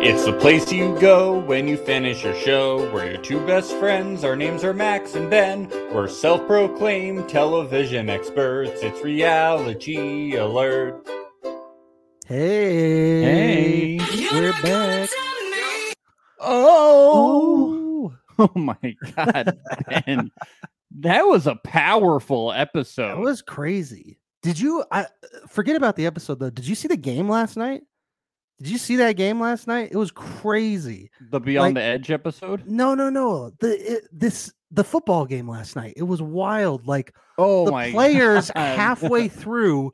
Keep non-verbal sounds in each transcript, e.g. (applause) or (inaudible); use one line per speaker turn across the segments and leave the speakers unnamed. It's the place you go when you finish your show. We're your two best friends. Our names are Max and Ben. We're self proclaimed television experts. It's reality alert. Hey.
Hey, we're back.
Oh,
Ooh.
(laughs) oh my God, Ben. that was a powerful episode.
That was crazy. Did you I forget about the episode though? Did you see the game last night? Did you see that game last night? It was crazy.
the Beyond
like-
the Edge episode.
No, no, no. The it, this the football game last night. It was wild. Like
Oh
the
my (laughs)
players
God.
halfway through,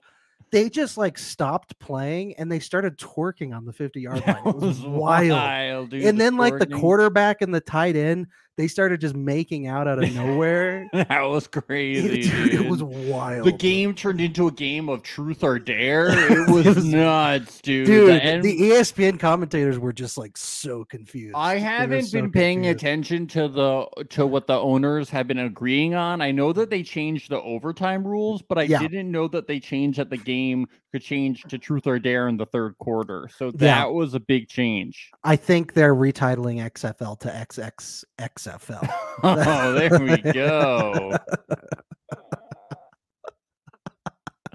they just like stopped playing and they started twerking on the 50
(laughs)
yard line.
That
It was wild.
dude,
and then like the
twerking.
quarterback and the tight end, they started just making out
(laughs)
out of nowhere.
(laughs)
(laughs)
That was crazy.
It, dude, it
dude.
was wild.
the game turned into a game of truth or
(laughs)
dare. It was,
was-
nuts, dude.
dude.
The end-
the E ESPN commentators were just like so confused.
I
They were
haven't
so
been paying
confused.
attention to the to what the owners have been agreeing on. I know that they changed the overtime rules, but I
Yeah.
didn't know that they changed that the game could change to truth or dare in the third quarter. So that
Yeah.
was a big
(laughs)
change. (laughs)
I think they're retitling XFL to XXXFL.
(laughs) Oh, there we go.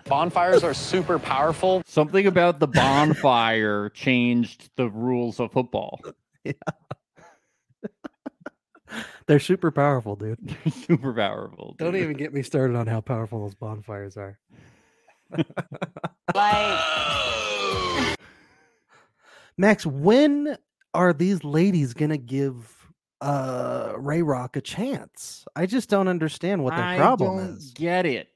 Bonfires are super powerful.
Something about the bonfire changed the rules of football. (laughs)
they're super powerful, dude.
Super powerful.
Don't
dude.
even get me started on how powerful those bonfires are.
(laughs)
Max, when are these ladies gonna give uh Ray Rock a chance? I just don't understand what their
I
problem
don't
is.
Get it.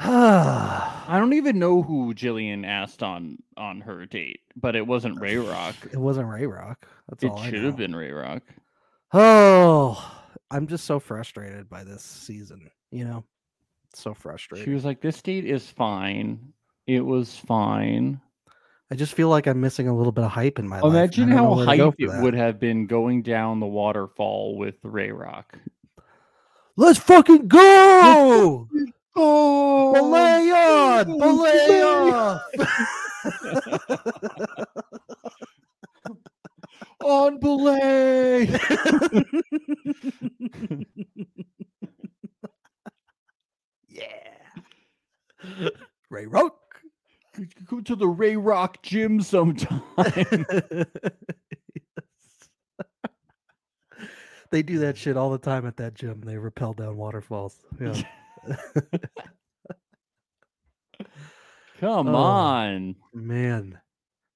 (sighs) it
I don't even know who Jillian asked on on her date, but it wasn't Ray
(sighs)
Rock.
wasn't Ray Rock. That's all
It
I
should
know.
have been Ray Rock.
Oh, I'm just so frustrated by this season. You know, so frustrated.
She was like, "This date is fine. It was fine."
I just feel like I'm missing a little bit of hype in my life. and I
Imagine
don't know
how
where to go
hype
for
it
that.
would have been going down the waterfall with Ray Rock.
Let's fucking go!
Oh,
Belay on! Belay
Belay
off!
on belay.
(laughs) Yeah. Ray Rock. (laughs)
Go to the Ray Rock gym
(laughs)
sometime. (laughs)
they do that shit all the time at that gym. They rappel down waterfalls. Yeah.
Come
Oh.
on,
Man.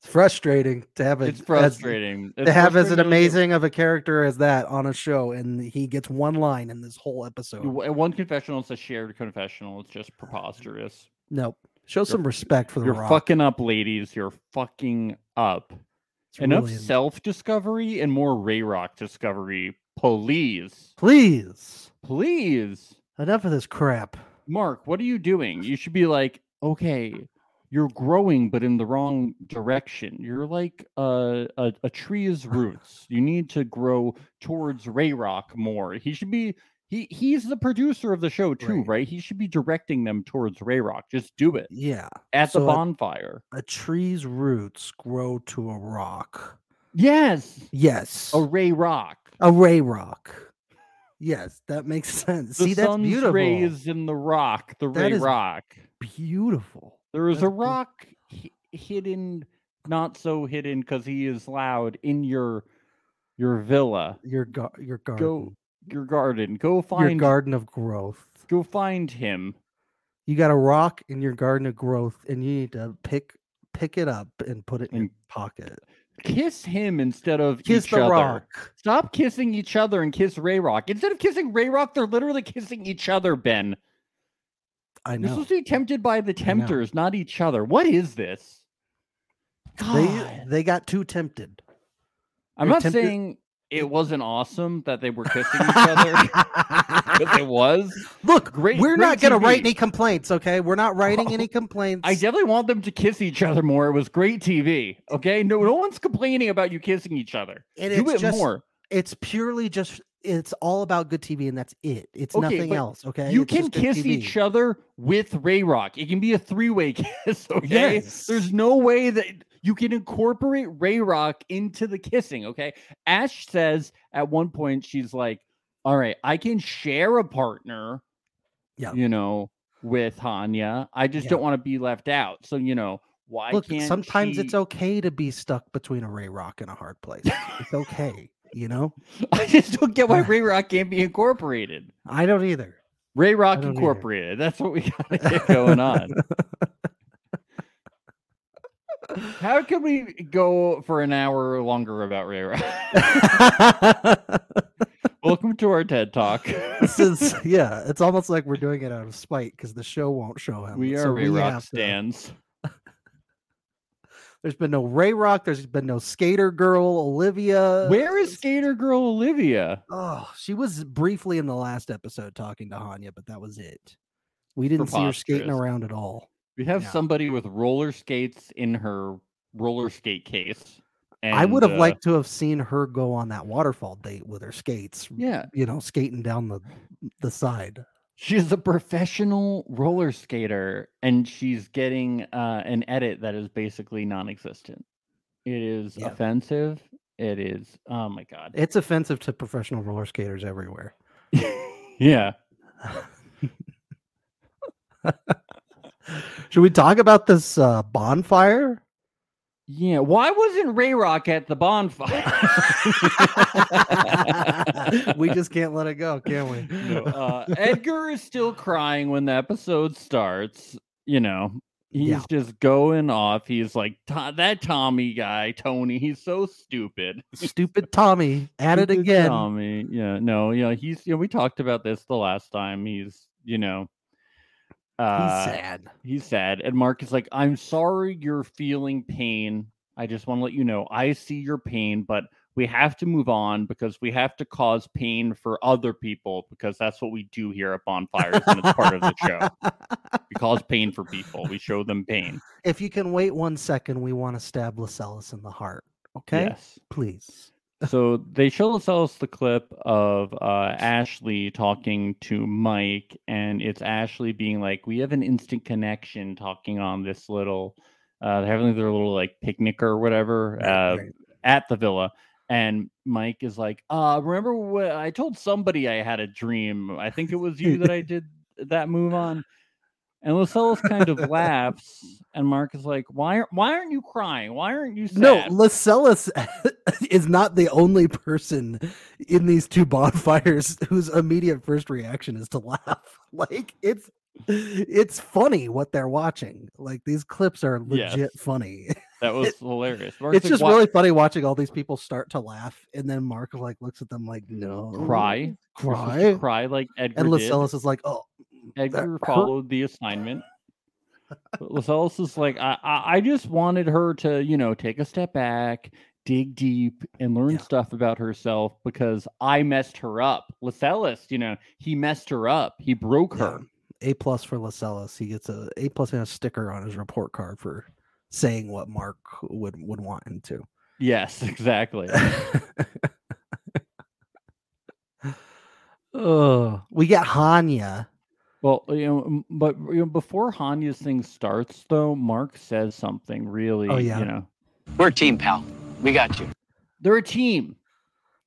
It's frustrating to have it
it's frustrating.
As,
It's
to have as
frustrating
an
that-
amazing of a character as that on a show, and he gets one line in this whole episode.
W- One confessional is a shared confessional. It's just preposterous.
Nope. Show some respect for the
You're
rock.
fucking up, ladies. You're fucking up.
It's
Enough
really-
self discovery and more Ray Rock discovery. Please.
please.
Please.
Enough of this crap.
Mark, what are you doing? You should be like, okay, you're growing, but in the wrong direction. You're like a, a, a
(laughs)
tree's roots. You need to grow towards Ray Rock more. He should be. He, he's the producer of the show too,
Right.
right. He should be directing them towards Ray Rock. Just do it
Yeah.
at
So uh
the
it-
bonfire.
A tree's roots grow to a rock.
Yes,
Yes.
a Ray Rock.
A ray rock. Yes, that makes (laughs) sense. See,
the
that's
sun's
beautiful.
rays in the rock, the
That
Ray
is-
Rock.
Beautiful.
There is
that's
a
beau-
rock hi- hidden, not so hidden because he is loud in your your villa,
Your gar- your garden.
your garden. Go
your
find
garden of growth.
go find him.
You got a rock in your garden of growth, and you need to pick pick it up and put it in your
And
pocket.
Kiss him instead of
Kiss
each
the
other.
rock.
Stop kissing each other and kiss Ray Rock. Instead of kissing Ray Rock, they're literally kissing each other, Ben.
I
You're
know.
supposed to be tempted by the tempters, not each other. What is this?
They they got too tempted.
I'm
You're
not
tempted-
saying it wasn't awesome that they were kissing
(laughs)
each other because it was.
Look,
Great-
we're
great
not going to write
TV.
any complaints, okay? We're not
(laughs)
writing any complaints.
I definitely want them to kiss each other more. It was great TV. Okay, no, no one's complaining about you kissing each other.
and
Do
it's
it
just
more.
it's purely just it's all about good TV, and that's it. It's
Okay,
nothing
but
else. Okay,
you
It's
can
just good
kiss
TV.
each other with Ray Rock. It can be a three way (laughs) kiss. Okay.
Yes.
There's no way that you can incorporate Ray Rock into the kissing. Okay. Ash says at one point, she's like, All right, I can share a partner,
Yeah.
you know, with Hanya. I just
Yeah.
don't want to be left out. So, you know, why
Look,
can't
sometimes it's
she-
okay to be stuck between a Ray Rock and a hard place. it's okay, you know.
I just don't get why Ray Rock can't be incorporated.
I don't either.
Ray Rock
don't either.
Incorporated. That's what we gotta get going
(laughs)
on. How can we go for an hour longer about Ray Rock? (laughs) Welcome to our TED Talk. (laughs)
Since yeah, it's almost like we're doing it out of spite because the show won't show him.
We are
Um, so
Ray
have
Rock
to-
stands.
There's been no Ray Rock. There's been no Skater Girl Olivia.
Where is Skater Girl Olivia?
Oh, she was briefly in the last episode talking to Hanya, but that was it. We didn't see her skating
Preposterous.
around at all.
We have
Yeah.
somebody with roller skates in her roller skate case. And,
I would have
uh,
liked to have seen her go on that waterfall date with her skates.
Yeah,
You know, skating down the the side.
she's a professional roller skater, and she's getting uh, an edit that is basically non-existent. It is
Yeah.
offensive. It is. Oh my god.
It's offensive to professional roller skaters everywhere.
yeah.
Should we talk about this uh, bonfire?
Yeah, why wasn't Ray Rock at the
(laughs)
bonfire?
we just can't let it go, can we?
No, (laughs) uh, Edgar is still crying when the episode starts. You know, he's
Yeah.
just going off. He's like, "To- that Tommy guy, Tony, he's so stupid.
(laughs) Stupid Tommy at it
Stupid
again.
Tommy. Yeah, no, yeah, he's, you know, we talked about this the last time. He's, you know,
He's
uh,
sad.
He's sad. And Mark is like, I'm sorry you're feeling pain. I just want to let you know I see your pain, but we have to move on because we have to cause pain for other people because that's what we do here at Bonfires and it's part of the show. We cause pain for people, we show them pain.
If you can wait one second, we want to stab Lascelles in the heart. (laughs) Okay,
Yes.
please.
So they show us the clip of uh, Ashley talking to Mike, and it's Ashley being like, "We have an instant connection." Talking on this little, uh, they're having their little like picnic or whatever
Right,
uh,
right.
at the villa, and Mike is like, "Uh, remember what I told somebody I had a dream? I think it was you that I did that move on." And Lascelles kind of laughs, and Mark is like, "Why? are- Why aren't you crying? Why aren't you sad?"
No, Lascelles (laughs) is not the only person in these two bonfires (laughs) whose immediate first reaction is to laugh. (laughs) Like it's it's funny what they're watching. Like these clips are legit
Yes.
funny.
That was hilarious. Mark's
It's
like,
just
"Why-
really funny watching all these people start to laugh, and then Mark like looks at them like, "No,
cry, We're (laughs) supposed to
cry,"
cry like Edgar
and
did.
Lascelles is like, "Oh, that
Edgar
hurt."
followed the
(laughs)
assignment. But Lascelles is like, I, I, I just wanted her to, you know, take a step back, dig deep, and learn
Yeah.
stuff about herself because I messed her up. Lascelles, you know, he messed her up. He broke
Yeah.
her.
A plus for Lascelles. He gets a A plus and a sticker on his report card for saying what Mark would would want him to.
Yes, (laughs)
(laughs)
exactly.
Ugh. we get Hanya.
Well, you know, m- but you know, before Hanya's thing starts, though, Mark says something really,
Oh, yeah.
you know,
We're a team, pal. We got you.
they're a team.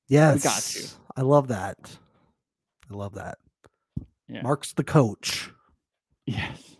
Yes,
you.
I love that. I love that.
Yeah.
Mark's the coach.
Yes.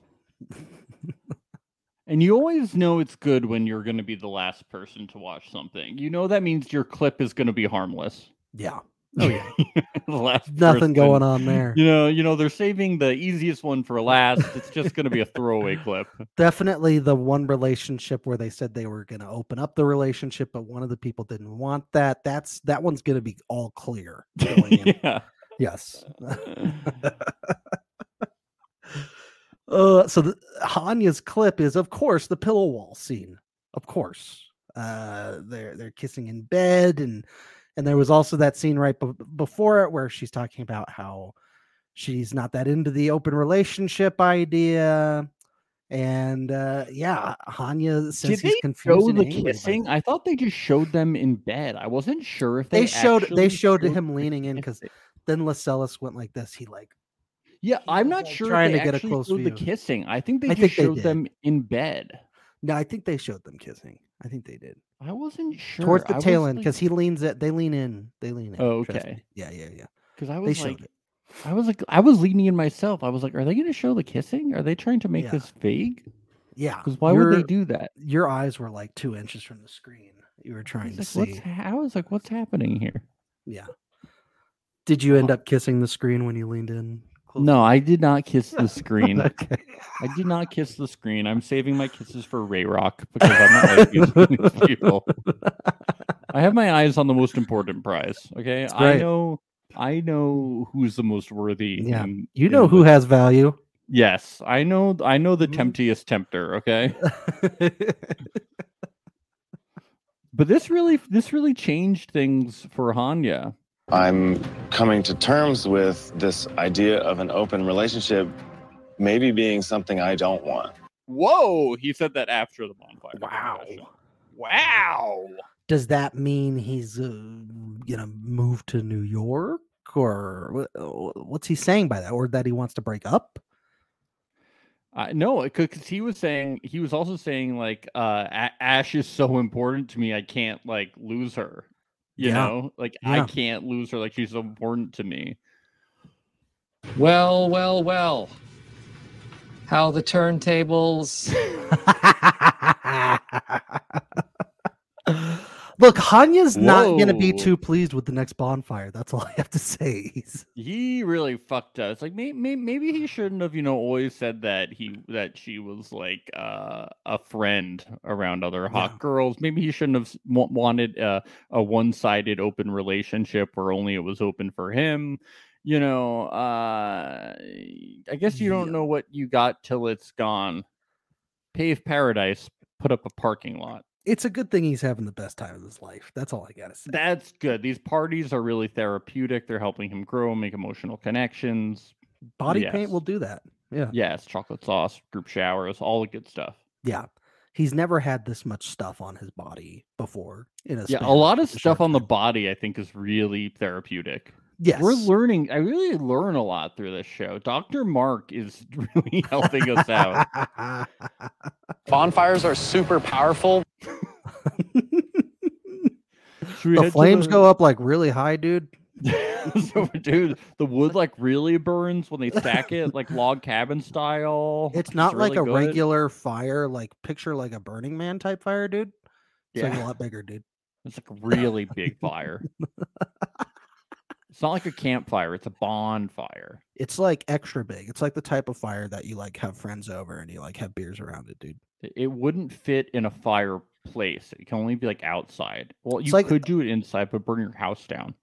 and you always know it's good when you're going to be the last person to watch something. You know that means your clip is going to be harmless.
Yeah,
Oh yeah. (laughs) the last
(laughs) nothing
person.
going on there.
You know, you know they're saving the easiest one for last. It's just going to be a throwaway
(laughs)
clip.
Definitely the one relationship where they said they were going to open up the relationship, but one of the people didn't want that. That's that one's going to be all clear. going in.
(laughs) yeah.
Yes. Uh, so the, Hanya's clip is, of course, the pillow wall scene. Of course, uh, they're they're kissing in bed, and and there was also that scene right be- before it where she's talking about how she's not that into the open relationship idea, And uh, yeah, Hanya
Did
says
they
he's confused.
show
and
the
angry by
kissing? I thought they just showed them in bed. I wasn't sure if
They
they,
showed- they
actually
showed
showed
him
the
leaning in 'cause
kissing.
then Lascelles went like this. He like
Yeah, I'm
was,
not
like,
sure.
trying
Trying
to
to
get a
get a
close
close view. The
view.
kissing. I think they
I
just
think they
showed
did.
them in bed.
no, I think they showed them kissing. I think they did
I wasn't sure.
towards
I
the
was
tail end
like-
because he leans it. They lean in. They lean in.
Oh,
trust
okay.
me. Yeah, yeah, yeah.
'cause I
They
was
showed
like,
it.
I was like, I was leaning in myself. I was like, are they going to show the kissing? Are they trying to make
Yeah.
this vague?
Yeah.
Because why would they
your-
do that?
Your eyes were like two inches from the screen. You were
I
trying to
was like, what's
see.
ha- I was like, what's happening here?
Yeah. Did you end up kissing the screen when you leaned in? close?
No, I did not kiss
(laughs)
the screen.
Okay.
I did not kiss the screen. I'm saving my kisses for Ray Rock because I'm not like these-
(laughs)
these people. I have my eyes on the most important prize. Okay, I
right.
know, I know who's the most worthy.
Yeah.
in-
You
in
know who
the-
has value. (laughs)
Yes, I know. I know the
Mhm.
temptiest tempter. Okay,
yeah.
but this really, this really changed things for Hanya.
I'm coming to terms with this idea of an open relationship maybe being something I don't want.
Whoa! He said that after the bonfire.
Wow.
discussion.
Wow.
Does that mean he's uh, gonna move to New York, or wh- wh- what's he saying by that? Or that he wants to break up?
I no, because he was saying he was also saying like uh, A- Ash is so important to me, I can't like lose her. You
Yeah.
know, like I
Yeah.
can't lose her. Like she's so important to me. Well, well, well.
How the turntables.
(laughs) Look, Hanya's not gonna be
Whoa.
too pleased with the next bonfire. That's all (laughs) I have to say. He's-
He really fucked us. Like maybe, maybe he shouldn't have. You know, always said that he that she was like uh, a friend around other hot
Yeah.
girls. Maybe he shouldn't have s- wa- wanted uh, a one sided open relationship where only it was open for him. You know, uh, I guess you don't
Yeah.
know what you got till it's gone. Pave paradise. Put up a parking lot.
it's a good thing he's having the best time of his life. That's all I gotta say.
That's good. These parties are really therapeutic. They're helping him grow, make emotional connections.
Body paint
yes.
will do that. Yeah.
Yes, chocolate sauce, group showers, all the good stuff.
Yeah. He's never had this much stuff on his body before in a
Yeah,
span
a lot of
such a
stuff
short
on the
time.
body I think is really therapeutic.
Yes.
We're
(laughs)
learning. I really learn a lot through this show. Dr. Mark is (laughs) really helping us out.
(laughs)
Bonfires are super powerful.
Should we head to
the flames
the-
go up like really high, dude.
(laughs) so, dude, the wood like really burns when they stack it, like log cabin style.
It's not like
really
a
good.
regular fire, like picture like a Burning Man type fire, dude. It's like a
Yeah.
lot bigger, dude.
It's like a really big
(laughs)
fire. it's not like a campfire. It's a bonfire.
It's like extra big. It's like the type of fire that you like have friends over and you like have beers around it, dude. (laughs)
it- it wouldn't fit in a fireplace. It can only be like outside. Well,
It's
you
like-
could do it inside, but burn your house down.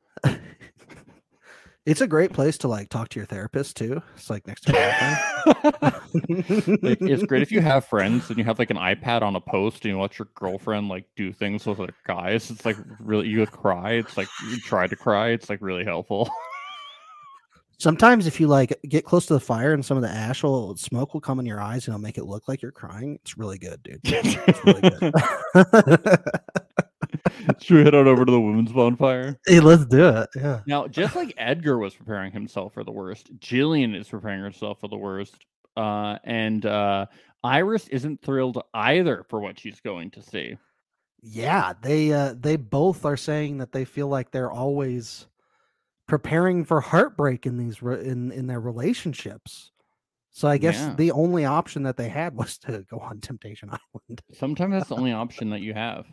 It's a great place to like talk to your therapist too. It's like next to a
Like, (laughs) it's great if you have friends and you have like an iPad on a post and you let your girlfriend like do things with other guys. It's like really you cry. It's like you try to cry. It's like really helpful.
(laughs) Sometimes if you like get close to the fire and some of the ash will smoke will come in your eyes and it'll make it look like you're crying. It's really good, dude. It's really good.
(laughs) Should we head on over to the women's bonfire?
hey, let's do it. Yeah.
Now, just like Edgar was preparing himself for the worst, Jillian is preparing herself for the worst. Uh, and uh, Iris isn't thrilled either for what she's going to see.
Yeah, they uh they both are saying that they feel like they're always preparing for heartbreak in these re- in in their relationships. So I guess
Yeah.
the only option that they had (laughs) was to go on Temptation Island.
Sometimes that's
(laughs)
the only option that you have.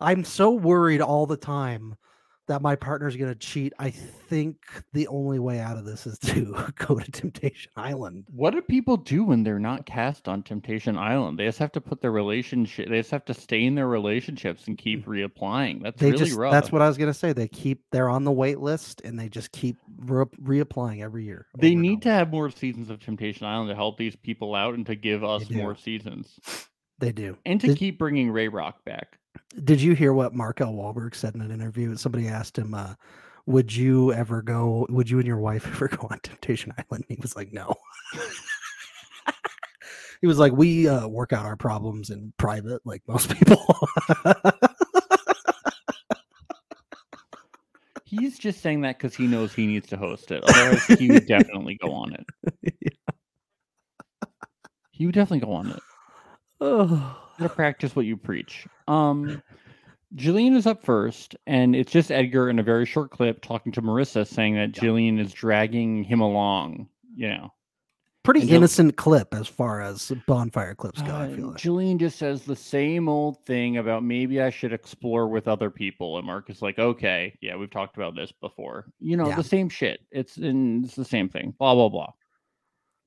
I'm so worried all the time that my partner's going to cheat. I think the only way out of this is to (laughs) go to Temptation Island.
What do people do when they're not cast on Temptation Island? They just have to put their relationship, they just have to stay in their relationships and keep reapplying. That's
They
really
just
rough.
that's what I was going to say. They keep they're on the wait list and they just keep re- reapplying every year.
they
over and
need to
over.
have more seasons of Temptation Island to help these people out and to give us
do.
more seasons
They do.
and to
Did-
keep bringing Ray Rock back.
Did you hear what Marco Wahlberg said in an interview? Somebody asked him, uh, "Would you ever go? (laughs) Would you and your wife ever go on Temptation Island?" And he was like, "No." (laughs) He was like, we uh, work out our problems in private, like most (laughs) people.
He's just saying that because he knows he needs to host it. Otherwise, he
(laughs)
would definitely go on it. He would definitely go on it.
oh.
You gotta practice what you preach. Um, Jillian is up first, and it's just Edgar in a very short clip talking to Marissa, saying that Jillian is dragging him along. You know,
Pretty
And you'll-
innocent clip as far as bonfire clips go, I
Uh,
feel like.
Jillian just says the same old thing about maybe I should explore with other people, and Mark is like, "Okay, yeah, we've talked about this before. You know,
Yeah.
the same shit. It's in, it's the same thing. Blah blah blah.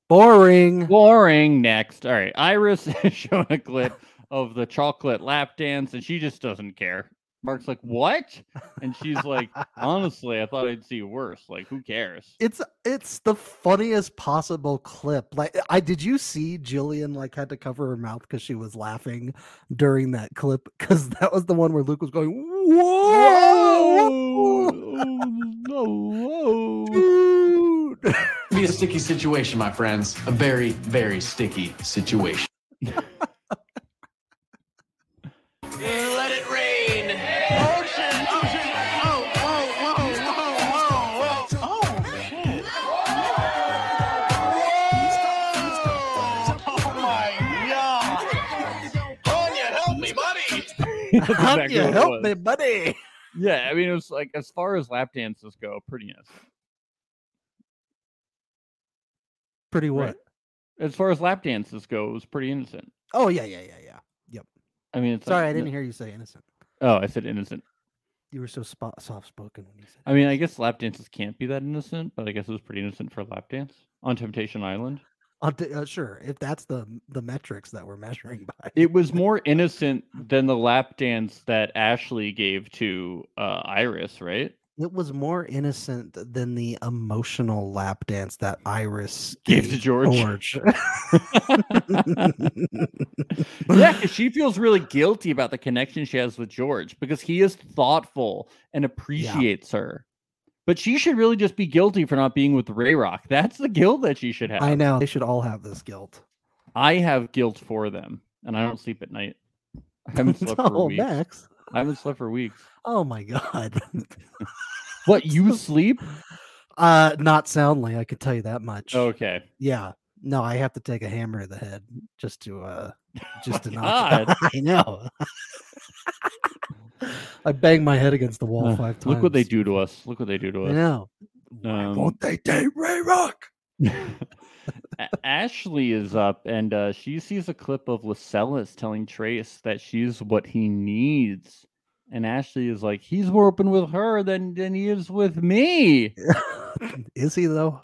Boring.
Boring. Next, all right. Iris (laughs) is showing a clip of the chocolate lap dance, and she just doesn't care. Mark's like, "What?" And she's like,
(laughs)
"Honestly, I thought I'd see worse. Like, who cares?" (laughs)
It's it's the funniest possible clip. Like I did you see Jillian like had to cover her mouth because she was laughing during that clip because that was the one where Luke was going whoa, (laughs) dude.
Be a sticky situation, my friends. A very, very sticky situation. Let it rain. Ocean, ocean. Oh, whoa, whoa, whoa, whoa, whoa. Oh, shit. Whoa. Oh, my God. Tonya, help me, buddy.
That's
How do
exactly
you
what it
help
was.
me, buddy?
Yeah, I mean, it was like as far as lap dances go, pretty innocent.
Pretty what?
Right. As far as lap dances go, it was pretty innocent.
Oh yeah, yeah, yeah, yeah.
I mean, it's
Sorry,
like,
I didn't
n-
hear you say innocent.
Oh, I said innocent.
You were so spot soft spoken when you said.
I mean, I guess lap dances can't be that innocent, but I guess it was pretty innocent for a lap dance on Temptation Island.
I'll t- uh, sure if that's the the metrics that we're measuring by.
It was more innocent than the lap dance that Ashley gave to uh, Iris, right? (laughs)
It was more innocent than the emotional lap dance that Iris
(laughs) Gave to George.
(laughs)
(laughs) yeah, because she feels really guilty about the connection she has with George because he is thoughtful and appreciates her. But she should really just be guilty for not being with Ray Rock. That's the guilt that she should have.
I know they should all have this guilt. (laughs)
I have guilt for them, and I don't sleep at night. I (laughs) haven't slept for
oh,
weeks.
Max.
I haven't slept for weeks.
Oh my god.
(laughs)
(laughs)
What (laughs) you sleep?
uh not soundly, I could tell you that much.
Okay.
Yeah. No, I have to take a hammer to the head just to uh
(laughs)
just to
my
knock. it- (laughs) I know. I banged my head against the wall
Uh,
five times.
Look what they do to us. Look what they do to
I
us.
know. Why
Um,
won't they date Ray Rock? (laughs)
A- Ashley is up, and uh, she sees a clip of Lascelles telling Trace that she's what he needs, and Ashley is like, "He's more open with her than than he is with me."
Is he though?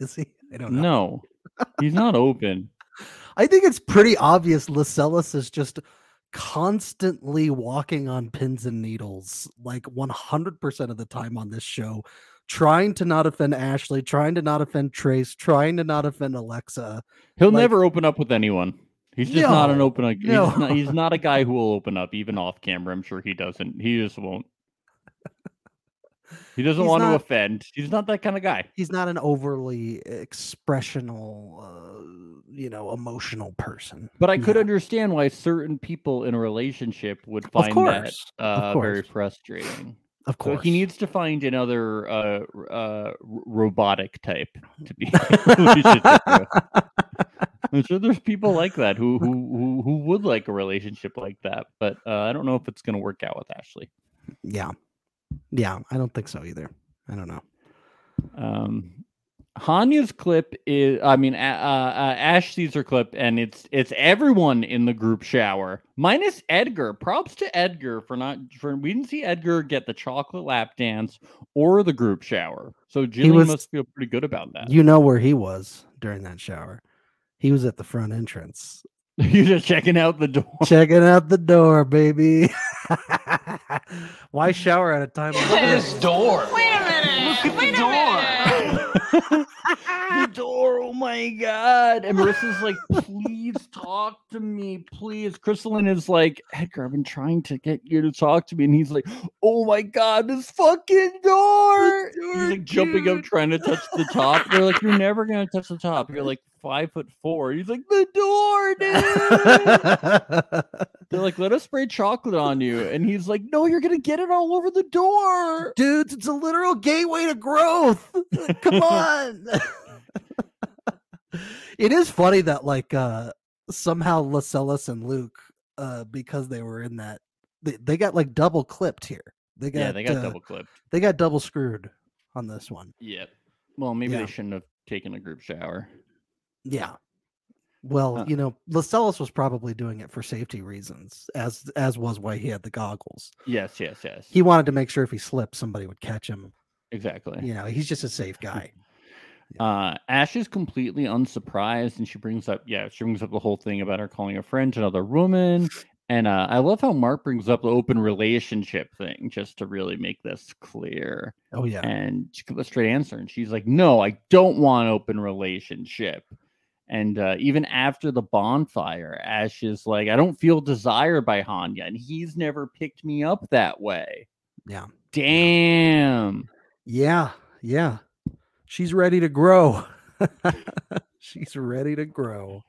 Is he? I don't know.
No, he's not open.
I think it's pretty obvious Lascelles is just constantly walking on pins and needles, like 100% of the time on this show, trying to not offend Ashley, trying to not offend Trace, trying to not offend Alexa.
He'll
Like-
never open up with anyone. He's just not an
No,
open. He's,
no.
not, he's not a guy who will open up, even off camera. I'm sure he doesn't. He just won't. He doesn't
He's
want
not-
to offend. He's not that kind of guy.
He's not an overly expressional, uh, you know, emotional person.
But I could
Yeah.
understand why certain people in a relationship would
Of
find that
course,
uh, very
course.
frustrating.
of
So
course.
he needs to find another uh, r- uh, r- robotic type to be. (laughs) in a relationship with.
(laughs)
I'm sure there's people like that who who who, who would like a relationship like that, but uh, I don't know if it's going to work out with Ashley.
yeah. Yeah. I don't think so either. I don't know.
Um, Hanya's clip is, I mean, a- uh, uh, Ash sees her clip, and it's it's everyone in the group shower minus Edgar. Props to Edgar for not for we didn't see Edgar get the chocolate lap dance or the group shower, so Jillian
was-
must feel pretty good about (laughs) that.
You know where he was during that shower. He was at the front entrance.
You're just checking out the door.
Checking out the door, baby. Why shower at a time like
This
this?
door.
Wait a minute.
Look at the
Wait
door.
a minute.
(laughs) the door. Oh my god! And Marissa's like, "Please talk to me, please. Crystalline is like, Edgar, I've been trying to get you to talk to me. And he's like, oh my God, this fucking door. He's like jumping up, trying to touch the top. They're like, you're never going to touch the top. You're like five foot four. He's like, the door, (laughs) dude. They're like, let us spray chocolate on you. And he's like, no, you're going to get it all over the door. (laughs)
Dudes, it's a literal gateway to growth. Come on. it is funny that like uh somehow Lascelles and Luke, uh, because they were in that they, they got like double clipped here. They got
yeah, they got
uh,
double clipped.
they got double screwed on this one.
Yep. Well, maybe
Yeah.
they shouldn't have taken a group shower.
Yeah. Well,
Huh.
you know, Lascelles was probably doing it for safety reasons, as as was why he had the goggles.
Yes, yes, yes.
He wanted to make sure if he slipped, somebody would catch him.
exactly.
You know, he's just a safe
(laughs)
guy.
Uh, Ash is completely unsurprised, and she brings up, yeah, she brings up the whole thing about her calling a friend another woman. And uh, I love how Mark brings up the open relationship thing just to really make this clear.
Oh yeah,
And she comes a straight answer, and she's like, "No, I don't want open relationship." And uh, even after the bonfire, Ash is like, "I don't feel desired by Hanya, and he's never picked me up that way."
Yeah.
Damn.
yeah, yeah. She's ready to grow. (laughs) she's ready to grow.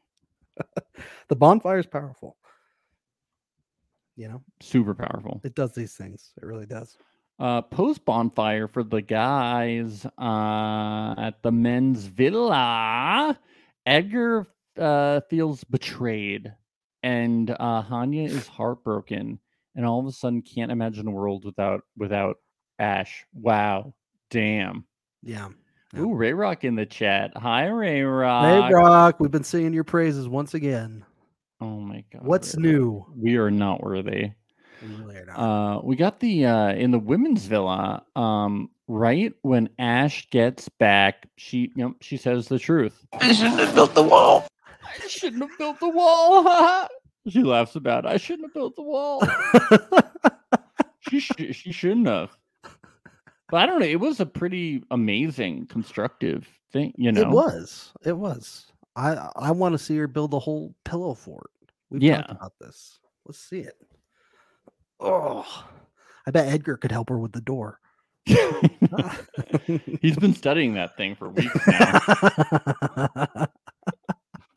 (laughs) the bonfire is powerful. You know,
Super powerful.
it does these things. It really does.
uh, post bonfire for the guys uh, at the men's villa. Edgar uh, feels betrayed, and uh, Hanya is heartbroken, and all of a sudden can't imagine a world without without Ash. Wow, damn.
Yeah. Yeah.
Ooh, Ray Rock in the chat. Hi, Ray Rock.
Hey, Brock, we've been singing your praises once again.
Oh my god.
What's
Ray Rock.
new?
We are not worthy.
(laughs) We really are not.
Uh, we got the uh, in the women's villa. Um, right when Ash gets back, she you know, she says the truth.
I shouldn't have built the wall.
I shouldn't have built the wall. (laughs) she laughs about. It. I shouldn't have built the wall. she sh- she shouldn't have. But I don't know. It was a pretty amazing constructive thing. You know,
It was. It was. I I want to see her build a whole pillow fort. We've
Yeah.
talked about this. Let's see it. Oh, I bet Edgar could help her with
(laughs)
the door. Ah.
He's been studying that thing for weeks now.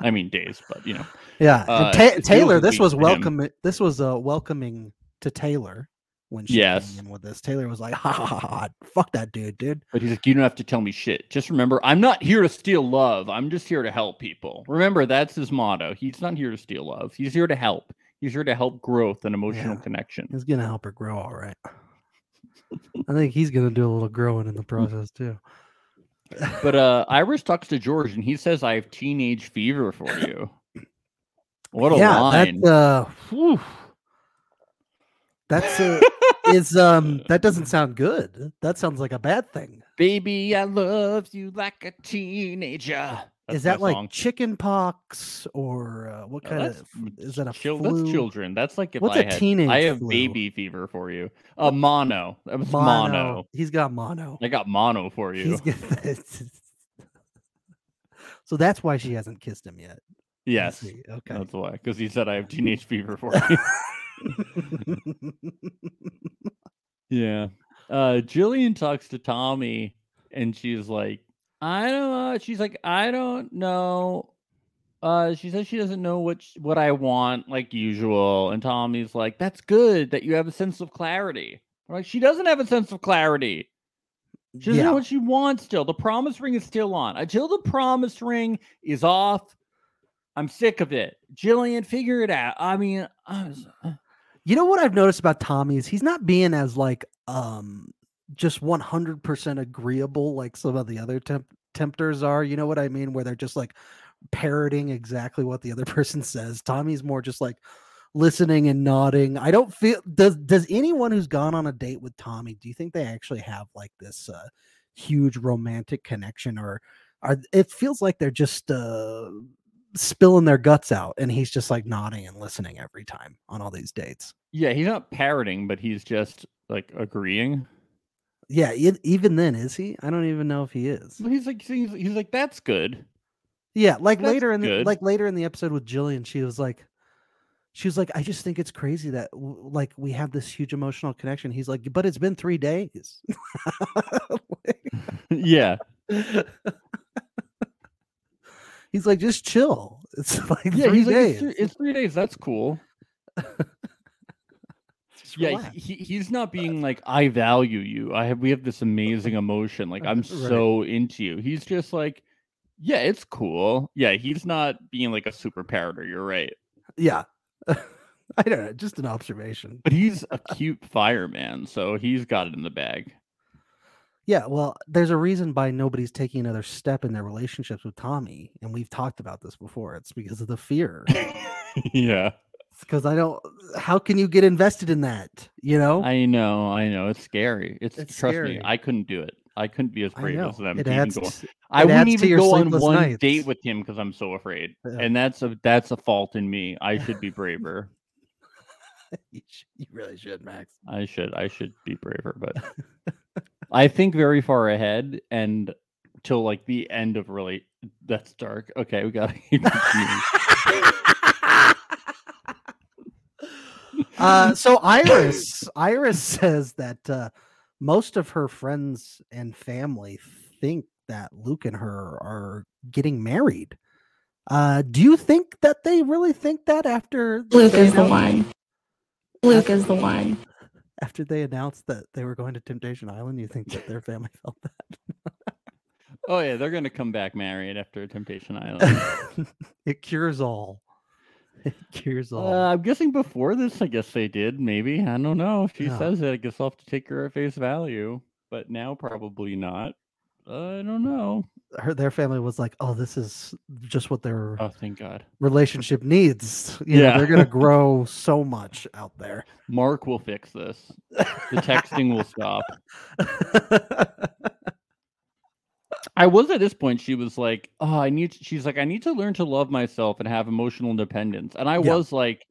I mean, days, but you know.
(laughs) yeah,
Uh,
and Ta-
it
Taylor.
feels
This
weak
was
to him.
welcome. This was uh, welcoming to Taylor when she
Yes.
came in with this. Taylor was like, (laughs) "Ha ha ha! ha. Fuck that dude, dude."
But he's like, you don't have to tell me shit. Just remember, I'm not here to steal love. I'm just here to help people. Remember, that's his motto. He's not here to steal love. He's here to help. He's here to help growth and emotional
Yeah.
connection.
He's gonna help her grow, all
(laughs)
right. I think he's gonna do a little growing in the process too.
But uh Iris talks to George and he says, I have teenage fever for you. What a line.
That, uh, whew. That's a, is um that doesn't sound good. That sounds like a bad thing.
Baby, I love you like a teenager. That's
is that
my
like
song.
chicken pox or uh, what
No,
kind
that's
of is that a
Chil-
flu?
that's children. That's like if
What's
I
a
had I
teenage
have
flu?
baby fever for you. A uh, mono. That was
Mono.
mono.
He's got mono.
I got mono for you.
He's got, (laughs) so that's why she hasn't kissed him yet. I
Yes.
see. Okay.
That's why. Because he said I have teenage fever for you.
(laughs)
(laughs) yeah. Uh Jillian talks to Tommy and she's like, I don't know. She's like, I don't know. Uh she says she doesn't know what sh- what I want, like usual. And Tommy's like, That's good that you have a sense of clarity. I'm like, she doesn't have a sense of clarity. She doesn't know
yeah.
what she wants still. The promise ring is still on. Until the promise ring is off, I'm sick of it. Jillian, figure it out. I mean, I was, uh,
You know what I've noticed about Tommy is he's not being as like um just 100% agreeable like some of the other temp- tempters are. You know what I mean where they're just like parroting exactly what the other (laughs) person says. Tommy's more just like listening and nodding. I don't feel does does anyone who's gone on a date with Tommy do you think they actually have like this uh huge romantic connection or are it feels like they're just uh spilling their guts out and he's just like nodding and listening every time on all these dates.
yeah, he's not parroting, but he's just like agreeing.
Yeah, e- even then, is he? I don't even know if he is.
But he's like, he's, he's like, that's good. (laughs)
Yeah, like
That's
later in the,
good.
like later in the episode with Jillian, she was like, she was like, I just think it's crazy that w- like we have this huge emotional connection. He's like, but it's been three days. (laughs)
yeah.
He's like, just chill. It's (laughs) like
Yeah.
(laughs) three
He's like, it's,
days.
three, it's three days. That's cool.
(laughs) Just
Yeah.
relax."
He, he's not being like, I value you. I have, we have this amazing emotion. Like, I'm
(laughs) Right.
so into you. He's just like, yeah, it's cool. Yeah. He's not being like a super parroter. You're right.
yeah. (laughs) I don't know. Just an observation.
But he's a cute fireman. So he's got it in the bag. (laughs)
Yeah. Well, there's a reason why nobody's taking another step in their relationships with Tommy, and we've talked about this before. It's because of the fear.
yeah.
Because I don't. How can you get invested in that? You know.
I know, I know. It's scary. It's,
Oh. It's
trust
scary.
me, I couldn't do it. I couldn't be as
I
brave
know.
as them.
It
to even
adds.
go- (laughs)
to-
I
it
wouldn't
adds to
even
your
go on
sleepless
one
nights.
date with him because I'm so afraid.
Yeah.
And that's a that's a fault in me.
(laughs)
I should be braver.
you, sh- you really
(laughs)
should, Max.
I should I should be braver, but
(laughs)
I think very far ahead and till like the end of really that's dark. Okay, we gotta (laughs)
(laughs)
keep continuing. (laughs)
Uh, so Iris, Iris says that uh, most of her friends and family think that Luke and her are getting married. Uh, do you think that they really think that after
Luke
they
is the
announced-
one. Luke is the one.
(laughs) After they announced that they were going to Temptation Island, you think that their family felt
Oh yeah, they're gonna come back married after
(laughs)
Temptation Island.
that it cures all. It cures all.
Uh, I'm guessing before this, I guess they did. Maybe I don't know. If she
Yeah.
says it, I guess I'll have to take her at face value. But now, probably not. I don't know.
her their family was like, "Oh, this is just what their
Oh, thank God.
relationship needs." You know,
Yeah.
they're
(laughs)
gonna grow so much out there. (laughs)
Mark will fix this. The texting will stop. Oh, I was at this point. She was like, "Oh, I need." To, she's like, "I need to learn to love myself and have emotional independence." And I
Yeah.
was like,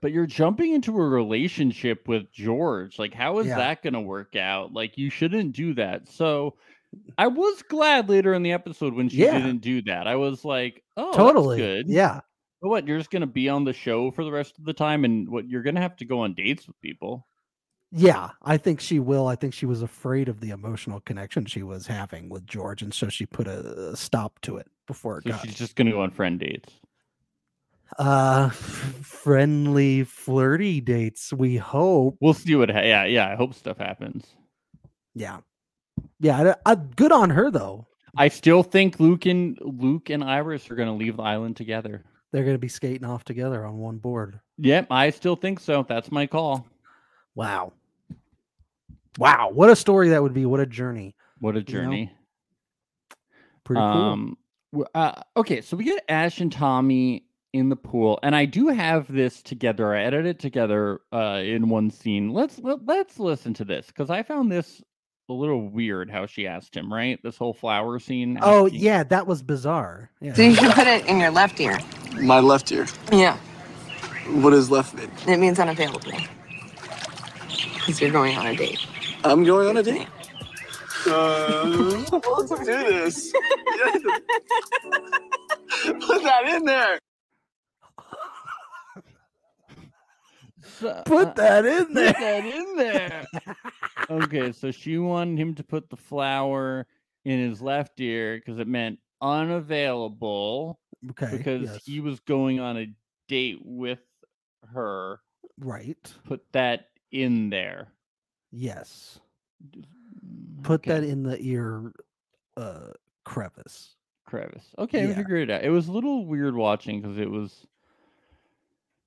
"But you're jumping into a relationship with George. Like, how is
Yeah.
that going to work out? Like, you shouldn't do that." So, I was glad later in the episode when she
Yeah.
didn't do that. I was like, "Oh, that's
totally.
good."
Yeah.
But what you're just going to be on the show for the rest of the time, and what you're going to have to go on dates with people.
Yeah, I think she will. I think she was afraid of the emotional connection she was having with George, and so she put a a stop to it before it
So
got
she's just going to go on friend dates.
uh, f- friendly, flirty dates. We hope.
We'll see what. Ha- yeah, yeah. I hope stuff happens.
Yeah, yeah. I, I, good on her though.
I still think Luke and Luke and Iris are going to leave the island together.
They're gonna be skating off together on one board.
Yep, I still think so. That's my call.
Wow. Wow. What a story that would be. What a journey.
What a
know,
journey.
Pretty cool.
Um w- uh, okay, so we get Ash and Tommy in the pool and I do have this together. I edited it together uh in one scene. Let's let, let's listen to this cuz I found this a little weird how she asked him, right? This whole flower scene.
oh,
asking-
yeah. That was bizarre.
So you
Yeah.
should put it in your left ear.
My left ear.
Yeah,
What is left mid?
it means unavailable. Because you're going on a date.
I'm going on a date. Uh, let's do this. (laughs) Put that in there.
So- uh,
(laughs) Put that in
Put (laughs)
there.
that in there. okay, so she wanted him to put the flower in his left ear because it meant unavailable
Okay.
because
yes,
he was going on a date with her.
Right.
Put that in there.
Yes.
D-
Put
okay,
that in the ear uh, crevice.
crevice. Okay, we
yeah.
figured it out. It was a little weird watching because it was.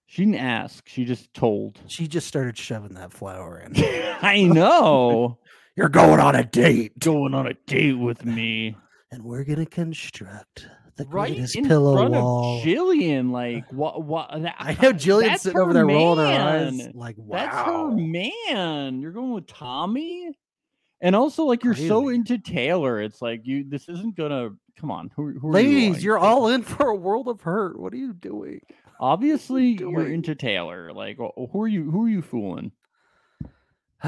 She didn't ask. She just told. (laughs)
She just started shoving that flower in. (laughs)
I know.
You're going on a date.
Going on a date with me.
And we're going to construct the
right
greatest
in
pillow
front
wall.
of Jillian. Like what? What?
I know Jillian's
that's
sitting over
her
there rolling her eyes.
man.
Like, wow.
That's her man. You're going with Tommy, and also like you're so
Crazy.
into Taylor. It's like you. This isn't gonna. Come on, who, who are
Ladies,
you lying
you're
to?
all in for a world of hurt. What are you doing?
obviously you're
doing?
into Taylor. Like wh- who are you? Who are you fooling?
(sighs)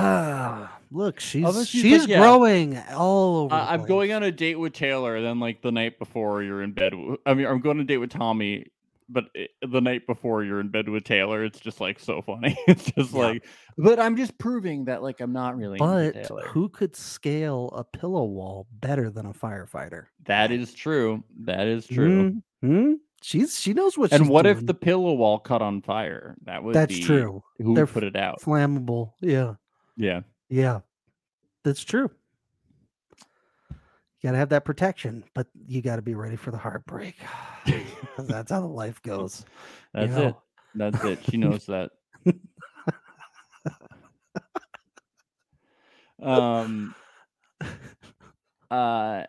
Look, she's
Although she's
she's
like, yeah.
growing all over.
Uh,
the
I'm
place.
going on a date with Taylor, and then like the night before you're in bed. w- I mean, I'm going on a date with Tommy, but i- the night before you're in bed with Taylor, it's just like so funny. (laughs) It's just
Yeah.
like, but I'm just proving that like I'm not really. into
But
Taylor.
who could scale a pillow wall better than a firefighter?
that is true. That is true.
Hmm? She's she knows what.
and
she's
what if
doing.
the pillow wall caught on fire? That would
that's
be
true?
Who
They're
put it out?
Flammable. Yeah,
Yeah.
yeah, that's true. You gotta have that protection, but you gotta be ready for the heartbreak. (sighs) 'Cause that's how life goes. you
That's it.
know?
That's it.
(laughs)
She knows that. um uh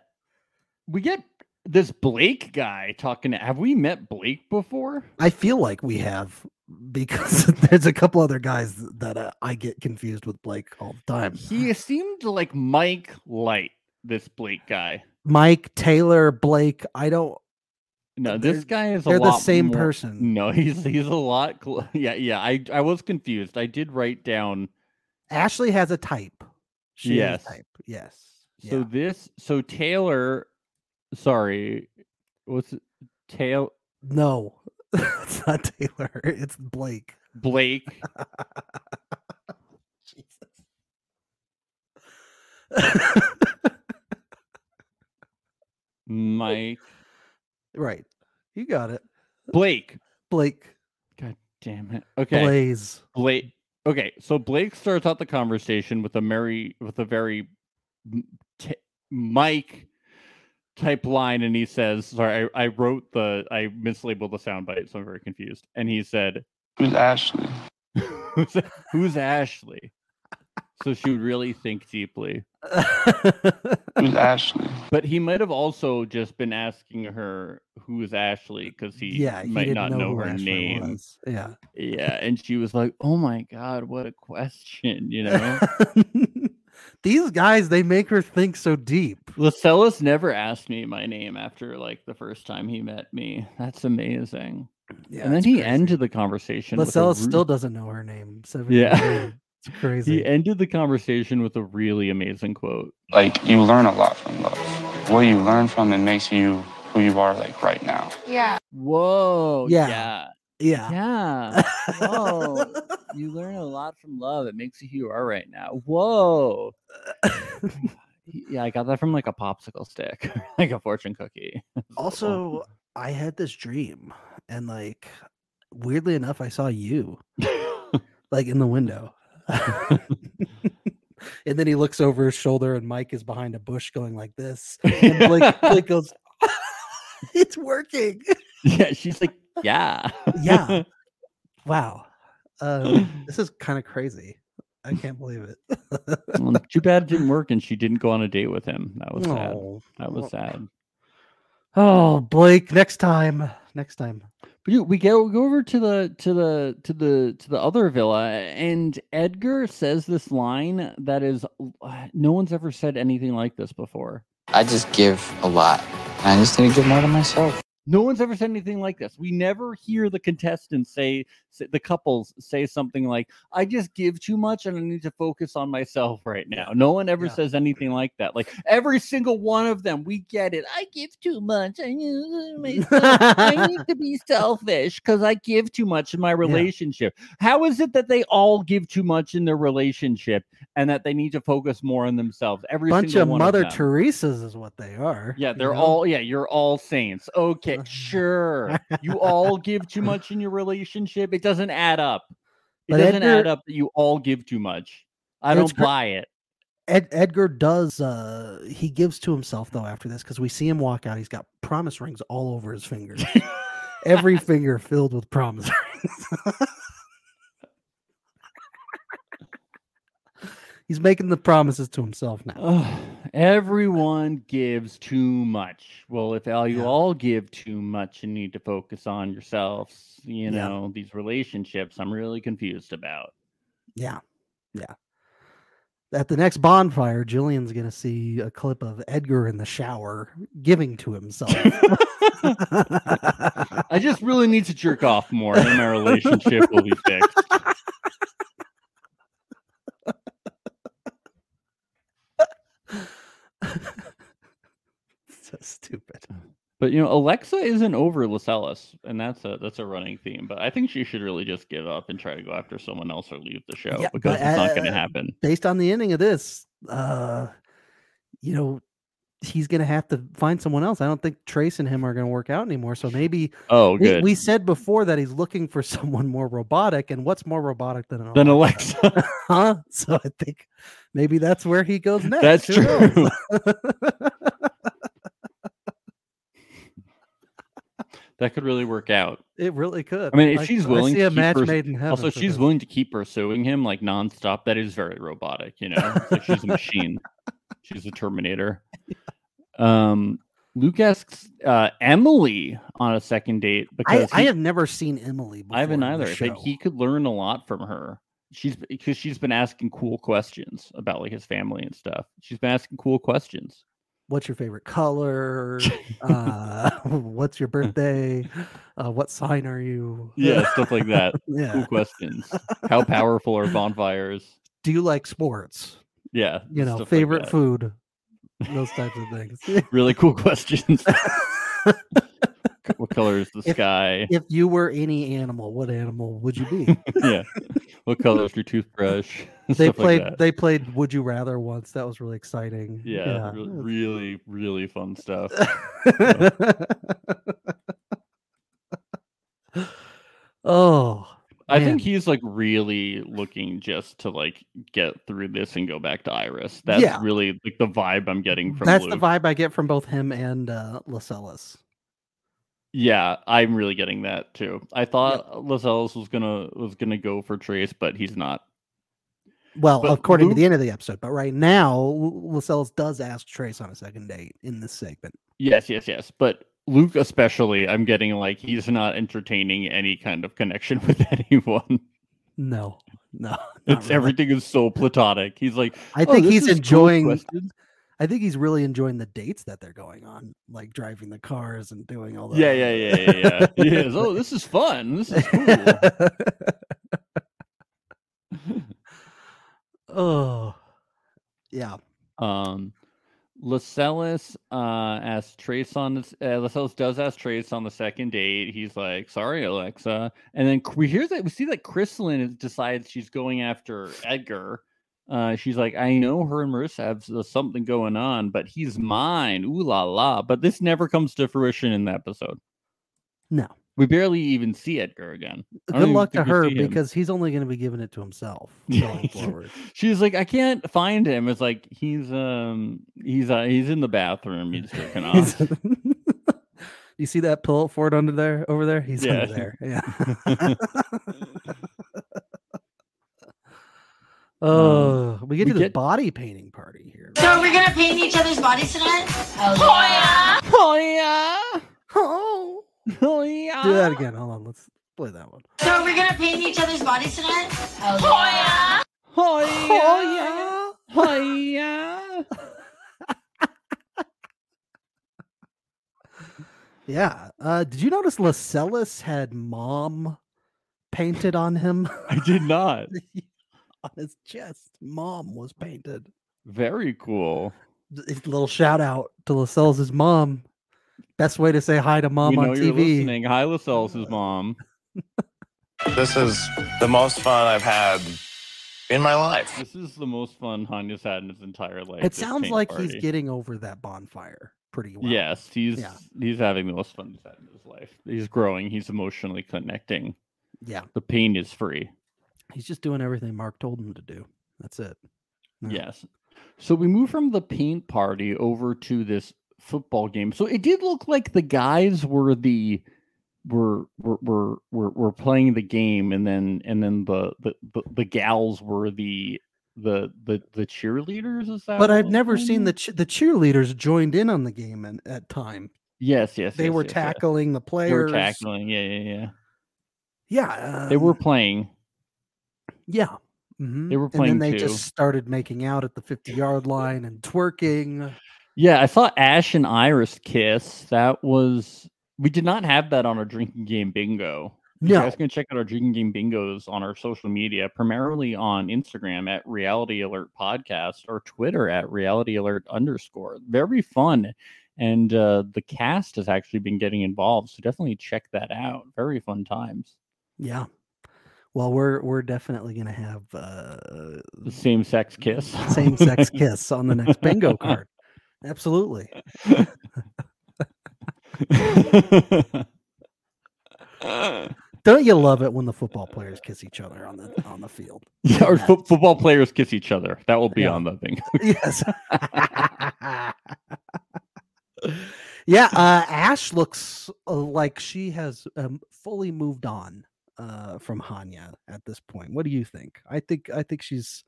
we get this Blake guy talking to, have we met Blake before?
I feel like we have because (laughs) there's a couple other guys th- that uh, I get confused with Blake all the time.
He seemed like Mike Light, this Blake guy.
Mike Taylor Blake. I don't.
No,
They're-
this guy is a
they're the
lot
same
more- mm.
person.
No, (laughs) he's he's a lot cl- yeah, yeah. I I was confused. I did write down
Ashley has a type. She has
Yes.
a type. Yes.
So
Yeah.
this, so Taylor, sorry, what's it- Tail
No, (laughs) it's not Taylor. It's Blake. (laughs)
Blake?
Jesus.
Mike
right. You got it.
Blake.
Blake.
Damn it. Okay, Blake.
Blaze. (laughs)
Okay, so Blake starts out the conversation with a merry, with a very m- t- Mike type line, and he says, "Sorry, I, I wrote the, I mislabeled the soundbite, so I'm very confused." And he said, (laughs)
Who's Ashley?
"Who's, who's Ashley?" So she would really think deeply.
Who's Ashley?
But he might have also just been asking her who is Ashley because he
yeah. He
might
didn't
not know,
who
her
Ashley
name.
was. Yeah.
Yeah, and she was like, "Oh my god, what a question!" You
(laughs)
know,
These guys, they make her think so deep.
Lascelles never asked me my name after like the first time he met me. That's amazing.
Yeah,
and then
it's
he
crazy.
ended the conversation. with a
Lascelles
re-
still doesn't know her name. So
Yeah.
It's crazy.
(laughs) He ended the conversation with a really amazing quote.
Like, you learn a lot from love. What you learn from it makes you who you are, like, right now.
Yeah.
Whoa!
Yeah.
yeah,
yeah. (laughs)
yeah. Whoa! you learn a lot from love. It makes you who you are right now. Whoa. Oh Yeah, I got that from like a popsicle stick, (laughs) like a fortune cookie. Oh.
also, I had this dream, and like, weirdly enough, I saw you like in the window. (laughs) and then he looks over his shoulder, and Mike is behind a bush going like this.
(laughs)
And Blake, Blake goes, (laughs) It's working.
yeah, she's like, yeah, (laughs)
Yeah. Wow. Um, this is kind of crazy. I can't believe it.
Well, too bad it didn't work, and she didn't go on a date with him. That was sad.
Oh.
That was sad.
Oh, Blake, next time. Next time.
But yeah, we go we go over to the to the to the to the other villa, and Edgar says this line that is, no one's ever said anything like this before.
I just give a lot. I just need to give more to myself.
No one's ever said anything like this. We never hear the contestants say, say the couples say something like, "I just give too much and I need to focus on myself right now." No one ever
Yeah.
says anything like that. Like every single one of them, we get it. I give too much. I need to
(laughs)
myself. I need to be selfish because I give too much in my relationship. How is it that they all give too much in their relationship and that they need to focus more on themselves? Every
Bunch
single
of
one
Mother
them.
Teresa's is what they are.
Yeah,
you
they're
know? Uh-huh.
all yeah, you're all saints. Okay, sure. You all give
(laughs)
too much in your relationship. It doesn't add up. It
But
doesn't add
Edgar-
up that you all give too much. I
And it's
don't
cra-
buy it.
Ed, Edgar does. uh He gives to himself though after this because we see him walk out. He's got promise rings all over
(laughs)
his fingers. Every finger filled with promise rings. (laughs) He's making the promises to himself now.
Ugh, everyone gives too much. Well, if all you
Yeah.
all give too much and need to focus on yourselves, you
Yeah.
know, these relationships I'm really confused about.
Yeah. Yeah. At the next bonfire, Jillian's going to see a clip of Edgar in the shower giving
(laughs)
to himself. (laughs)
I just really need to jerk off
(laughs)
more and my relationship will be fixed.
Stupid.
But you know, Alexa isn't over Lascelles, and that's a that's a running theme. But I think she should really just give up and try to go after someone else or leave the show
Yeah,
because
but,
it's not going
uh,
to happen.
Based on the ending of this, uh, you know, he's gonna have to find someone else. I don't think Trace and him are gonna work out anymore. So maybe
Oh,
we,
good.
we said before that he's looking for (laughs) someone more robotic, and what's more robotic than an
then
Alexa?
Alexa.
(laughs) huh? So I think maybe that's where he goes next.
That's
Who knows?
true. (laughs) that could really work out.
it really could.
I mean, if she's willing
I see
to
a
keep
match
her-
made in heaven.
also, if
for
she's
this.
willing to keep pursuing him like nonstop. That is very robotic, you know. It's like she's a
(laughs)
machine. she's a Terminator. Um, Luke asks uh, Emily on a second date
I,
because
I
he-
have never seen Emily. Before
I haven't
in
either.
the
But
show.
he could learn a lot from her. She's because she's been asking cool questions about like his family and stuff. She's been asking cool questions.
what's your favorite color?
(laughs)
uh, (laughs) what's your birthday? Uh, what sign are you? (laughs)
Yeah, stuff like that.
yeah. (laughs)
Cool questions. How powerful are bonfires?
Do you like sports?
Yeah,
You know,
stuff like
favorite
that.
food. Those types of
(laughs)
things. (laughs)
Really cool questions. what color is the
If-
sky? (laughs)
if you were any animal, what animal would you be?
yeah. What color is your toothbrush? (laughs)
they
Stuff like
played.
that.
they played. Would you rather once? That was really exciting.
yeah, re- really, really fun
(laughs)
stuff.
(laughs) oh,
I
man.
think he's like really looking just to like get through this and go back to Iris. That's
Yeah. Mm-hmm.
really like the vibe I'm getting from
that's
Luke.
the vibe I get from both him and uh, Lascelles.
Yeah, I'm really getting that too. I thought Lascelles was gonna was gonna go for Trace, but he's not.
Well,
But
according
Luke-
to the end of the episode, but right now, L- Lascelles does ask Trace on a second date in this segment.
Yes, yes, yes. But Luke especially, I'm getting like he's not entertaining any kind of connection (laughs) with anyone.
No, no, (laughs) not
It's
really.
everything is so platonic. He's like,
I
"Oh,
think
this
he's
is cool
enjoying- (laughs)
questions."
I think he's really enjoying the dates that they're going on, like driving the cars and doing all that.
Yeah, yeah, yeah, yeah, yeah. He is, oh, this is fun. This is
(laughs)
cool.
oh, yeah.
Um, Lascelles uh, asked Trace on this. Uh, Lascelles does ask Trace on the second date. He's like, "Sorry, Alexa," and then c- we hear that we see that Crystalline is- decides she's going after Edgar. Uh, she's like, "I know her and Marissa have s- something going on, but he's mine." Ooh la la! But this never comes to fruition in the episode.
No.
we barely even see Edgar again. I don't
Good
even
luck to
think we
her
see him.
because he's only going to be giving it
(laughs)
to himself
Yeah,
going
he's-
forward.
She's like, I can't find him. It's like he's um he's uh, he's in the bathroom. He's taking
(laughs) He's-
off.
you see that pillow fort under there, over there? He's
Yeah.
under there.
(laughs)
Yeah. (laughs) oh, we get
Um, we
to the
get-
body painting party here.
So we're gonna paint each other's bodies tonight? Oh
oh yeah,
(laughs) Oh,
oh yeah.
do that again. Hold on. Let's play that one.
So we're gonna paint each other's bodies tonight? Oh (laughs)
Oh yeah,
Oh
oh yeah.
yeah. Yeah. Uh, did you notice Lascelles had mom painted on him?
(laughs)
(laughs)
I did not.
on his chest, mom was painted.
Very cool.
Th- it's a little shout out to Lascelles' mom. Best way to say hi to mom
we know
on
you're
TV.
listening. Hi, Lascelles' mom.
This is the most fun I've had in my life.
This is the most fun Hanya's had in his entire life.
It
this
sounds
paint
like he's
party.
getting over that bonfire pretty well.
Yes, he's
Yeah.
he's having the most fun he's had in his life. He's growing. He's emotionally connecting.
Yeah.
The pain is free.
He's just doing everything Mark told him to do. That's it. Yeah.
Yes. So we move from the paint party over to this football game. So it did look like the guys were the were were were were, were playing the game and then and then the the, the, the gals were the the the the cheerleaders is that
But
what
I've
was
never
going
seen
on?
the che- the cheerleaders joined in on the game and, at time.
yes yes
They
yes,
were
yes, yes.
tackling the players.
they were tackling yeah yeah yeah
Yeah.
they were
um,
playing
Yeah. mhm.
they were playing
And then they
too.
just started making out at the
(laughs)
50 yard line and twerking.
Yeah, I saw Ash and Iris kiss. That was we did not have that on our drinking game bingo. You
No.
guys can check out our drinking game bingos on our social media, primarily on Instagram at Reality Alert Podcast or Twitter at Reality Alert underscore. Very fun and uh, the cast has actually been getting involved. So definitely check that out. Very fun times.
Yeah. Well, we're we're definitely gonna have uh,
The same sex kiss.
same sex kiss on the next bingo card. Absolutely. Don't you love it when the football players kiss each other on the on the field?
(laughs)
(laughs)
Yeah, or fo- football players kiss each other. That will be
Yeah.
on the thing.
yes. (laughs) yeah, uh, Ash looks uh, like she has um, fully moved on uh, from Hanya at this point. What do you think? I think I think she's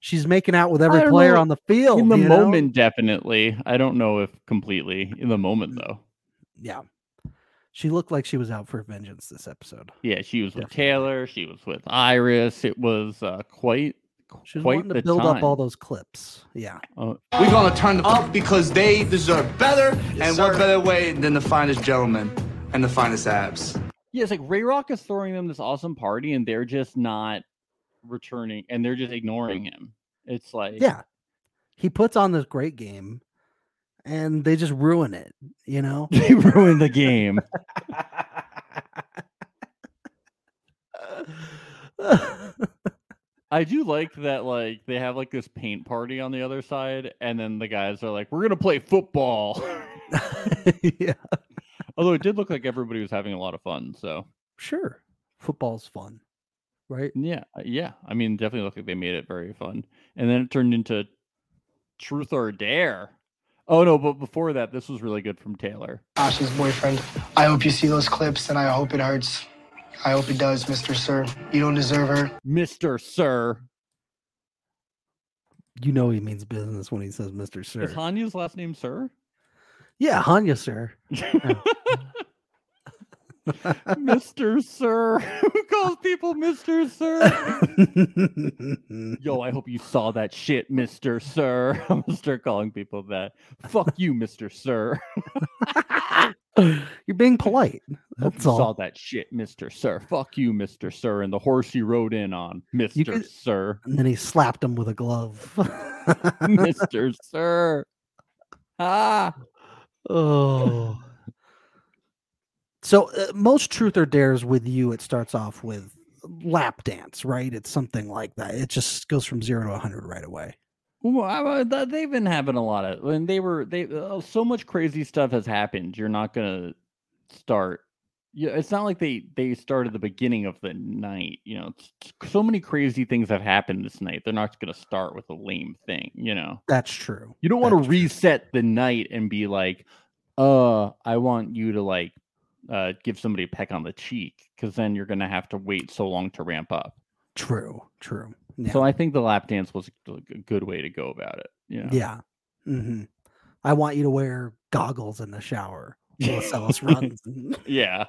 she's making out with
I
every
don't
player
know.
on the field.
in the
Oh, you know?
moment, definitely. I don't know if completely in the moment though.
yeah, she looked like she was out for vengeance this episode.
Yeah, she was with Taylor. She was with Iris. It was uh, quite
She was
quite
wanting
the
to build
time.
up all those clips. Yeah,
Uh,
We're gonna turn them up because they deserve better, and what better way than the finest gentlemen and the finest abs?
yeah, it's like Ray Rock is throwing them this awesome party, and they're just not returning, and they're just ignoring him. It's like (laughs)
yeah. He puts on this great game, and they just ruin it.
(laughs)
You know. (laughs)
they ruined the game. I do like that, like they have like this paint party on the other side, and then the guys are like, "We're gonna play football." (laughs)
yeah.
Although it did look like everybody was having a lot of fun. So
Sure. Football's fun, right?
yeah, uh, yeah. I mean, definitely looked like they made it very fun, and then it turned into truth or dare. Oh no! But before that, this was really good from Taylor.
Ash's boyfriend. I hope you see those clips and I hope it hurts. I hope it does, Mr. Sir. You don't deserve her.
Mr. Sir.
You know he means business when he says Mr. Sir.
Is Hanya's last name
(laughs)
Sir?
yeah,
(laughs)
Hanya sir.
Mr. Sir. (laughs) Who calls people Mr.
(laughs)
Sir? Yo, I hope you saw that shit, Mr. Sir. (laughs) I'm gonna start calling people that. Fuck you, Mr. Sir. (laughs)
You're being polite.
Hope you
That's all.
saw that shit, Mr. Sir. Fuck you, Mr. Sir, and the horse you rode in on, Mr.
could-
Sir.
And then he slapped him with a glove. (laughs)
(laughs) Mr. Sir. Ah.
Oh. So uh, most truth or dares with you, it starts off with lap dance, right? It's something like that. It just goes from zero to hundred right away.
Well, I- I- th- they've been having a lot of when they were they uh, so much crazy stuff has happened. You're not gonna start. Yeah, it's not like they they start at the beginning of the night. You know, it's, it's- so many crazy things have happened this night. They're not gonna start with a lame thing. You know,
That's true.
you don't want to reset the night and be like, "Uh, I want you to like uh give somebody a peck on the cheek," because then you're gonna have to wait so long to ramp up.
True. True.
So I think the lap dance was a g- good way to go about it. You know?
Yeah. hmm I want you to wear goggles in the shower. Marcellus runs. and-
(laughs) Yeah.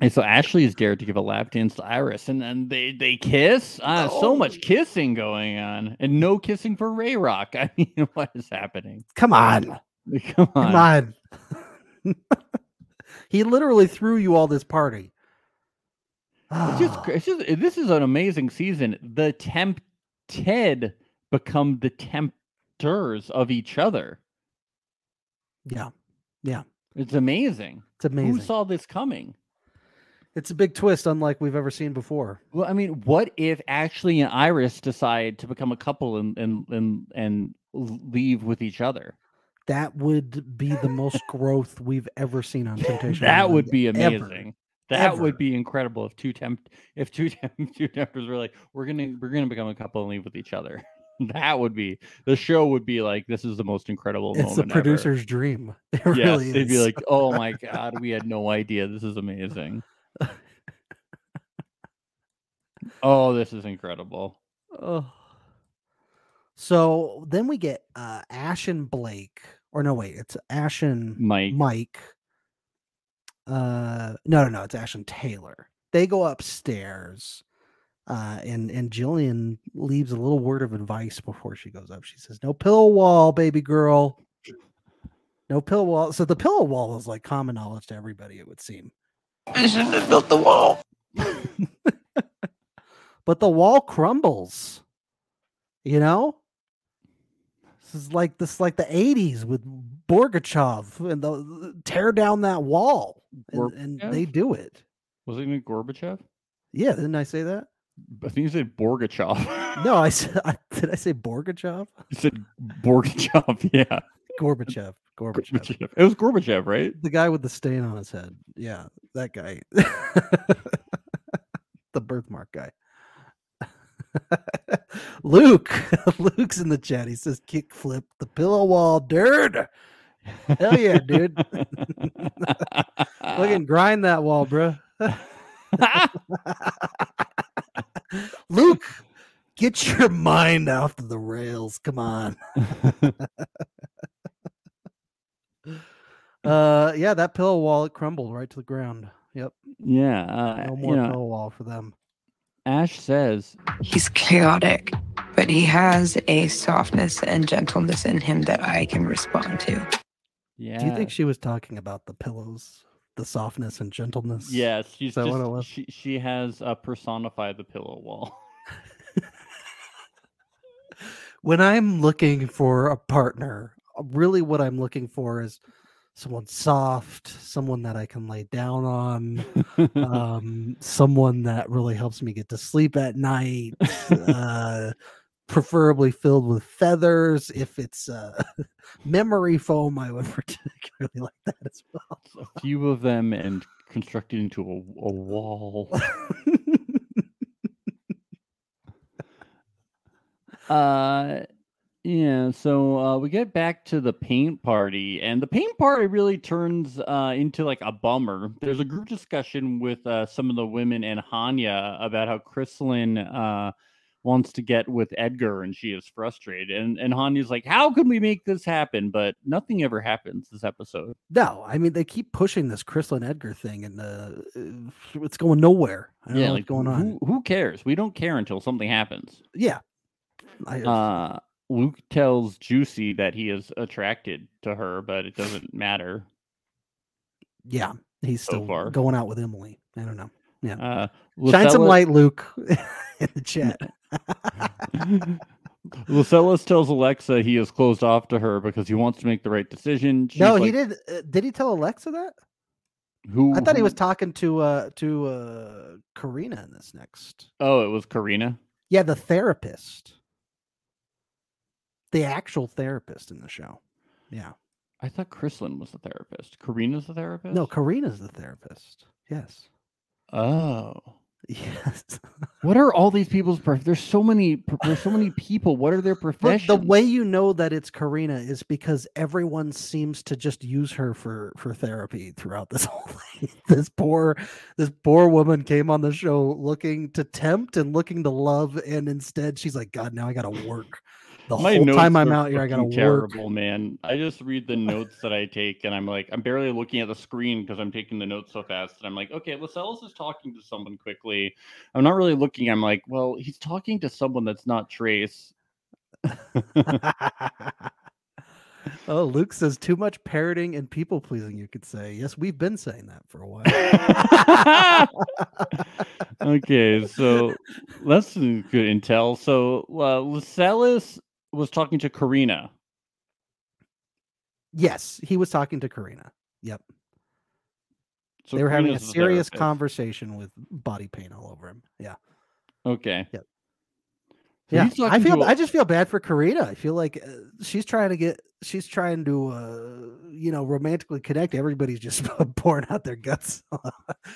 and so Ashley is dared to give a lap dance to Iris, and then they they kiss. Uh, So much kissing going on, and no kissing for Ray Rock. (laughs) I mean, what is happening?
Come on.
Come on.
Come on. (laughs) he literally threw you all this party.
It's just, cra- it's just eh, this is an amazing season. The tempted become the tempters of each other.
(sighs) Yeah. Yeah.
It's amazing.
It's amazing.
Who saw this coming?
It's a big twist, unlike we've ever seen before.
Well, I mean, what if Ashley and Iris decide to become a couple and and and, and leave with each other?
That would be
(laughs)
the most growth we've ever seen on Temptation.
That
Island,
would be
ever.
amazing. That
Ever.
would be incredible if two tempt if two (laughs) temp, two tempters were like, we're gonna we're gonna become a couple and leave with each other. (laughs) That would be the show would be like this is the most incredible
It's the
moment. ever."
(laughs) producer's dream. It
yes,
really
they'd be
is.
like, oh
(laughs)
my god, we had no idea. This is amazing. oh, this is incredible.
Oh. So then we get uh Ash and Blake. Or no, wait, it's Ash and
Mike.
Mike. Uh no no no, it's Ash and Taylor. They go upstairs. Uh and and Jillian leaves a little word of advice before she goes up. She says, No pillow wall, baby girl. No pillow wall. So the pillow wall is like common knowledge to everybody, it would seem.
I shouldn't have built the wall.
But the wall crumbles. You know? This is like this is like the '80s with Borgachev and the tear down that wall, and, and
Gorbachev?
they do it.
Was it even Gorbachev?
Yeah, didn't I say that?
I think you said Borgachev. (laughs)
No, I said. (laughs) I, did I say Borgachev?
you said Borgachev. (laughs) Yeah,
Gorbachev. Gorbachev.
Gorbachev. It was Gorbachev, right?
The guy with the stain on his head. Yeah, that guy. (laughs) the birthmark guy. (laughs) Luke. (laughs) Luke's in the chat. He says, kick flip the pillow wall, dude. Hell yeah, (laughs) dude. Fucking grind that wall, bruh. Luke, get your mind off the rails. Come
(laughs)
on. uh yeah, that pillow wall it crumbled right to the ground. Yep.
(laughs) Yeah. Uh,
(laughs) No
you
more
know,
pillow wall for them.
Ash says
He's chaotic, but he has a softness and gentleness in him that I can respond to.
Yeah.
Do you think she was talking about the pillows, the softness and gentleness?
Yes, she's
Is that
just,
what it was?
she she has uh, personified the pillow wall. (laughs)
When I'm looking for a partner, really what I'm looking for is someone soft, someone that I can lay down on, um, someone that really helps me get to sleep at night, uh, preferably filled with feathers. If it's uh, (laughs) memory foam, I would (laughs) particularly like that as well.
A few of them and constructed into a, a wall. uh yeah, so uh, we get back to the paint party, and the paint party really turns uh, into like a bummer. There's a group discussion with uh, some of the women and Hanya about how Chrysalin uh, wants to get with Edgar, and she is frustrated. And and Hanya's like, "How can we make this happen?" But nothing ever happens this episode.
No, I mean they keep pushing this Crystal and Edgar thing, and uh, it's going nowhere. I don't know what's going on.
Who, who cares? We don't care until something happens.
Yeah, I-
Uh, Luke tells Juicy that he is attracted to her, but it doesn't matter.
yeah, he's
So
still
far.
going out with Emily. I don't know. Yeah,
Uh,
shine some
Lucella-
light, (laughs) Luke, in the chat.
Lucellus tells Alexa he is closed off to her because he wants to make the right decision. She's
no,
like,
he did. Uh, did he tell Alexa that?
Who?
I thought he
who-
was talking to uh to uh Karina in this next.
Oh, it was Karina.
Yeah, the therapist, the actual therapist in the show. Yeah,
I thought Chrislin was the therapist. Karina's the therapist.
no, Karina's the therapist. Yes, (laughs)
Oh.
yes.
What are all these people's? Prof- there's so many. pro- There's so many people. What are their
But
professions?
the way you know that it's Karina is because everyone seems to just use her for for therapy throughout this (laughs) whole thing. this poor this poor woman came on the show looking to tempt and looking to love, and instead she's like, God, now I gotta work. The
My
whole
notes
time I'm
are
out here, I gotta
fucking
work.
Terrible, man. I just read the notes that I take, and I'm like, I'm barely looking at the screen because I'm taking the notes so fast. And I'm like, okay, Lascelles is talking to someone quickly. I'm not really looking. I'm like, well, he's talking to someone that's not Trace. (laughs)
Oh, Luke says too much parroting and people pleasing, you could say. Yes, we've been saying that for a while.
(laughs) okay, so that's some good intel. So uh, Lascelles was talking to Karina.
yes, he was talking to Karina. Yep.
So
they were having a
Karina's the
serious
therapist.
conversation with body paint all over him. Yeah. (laughs)
Okay.
Yep.
So
yeah,
he's
I
talking
feel.
to a-
I just feel bad for Karina. I feel like uh, she's trying to get. She's trying to, uh, you know, romantically connect. Everybody's just (laughs) pouring out their guts.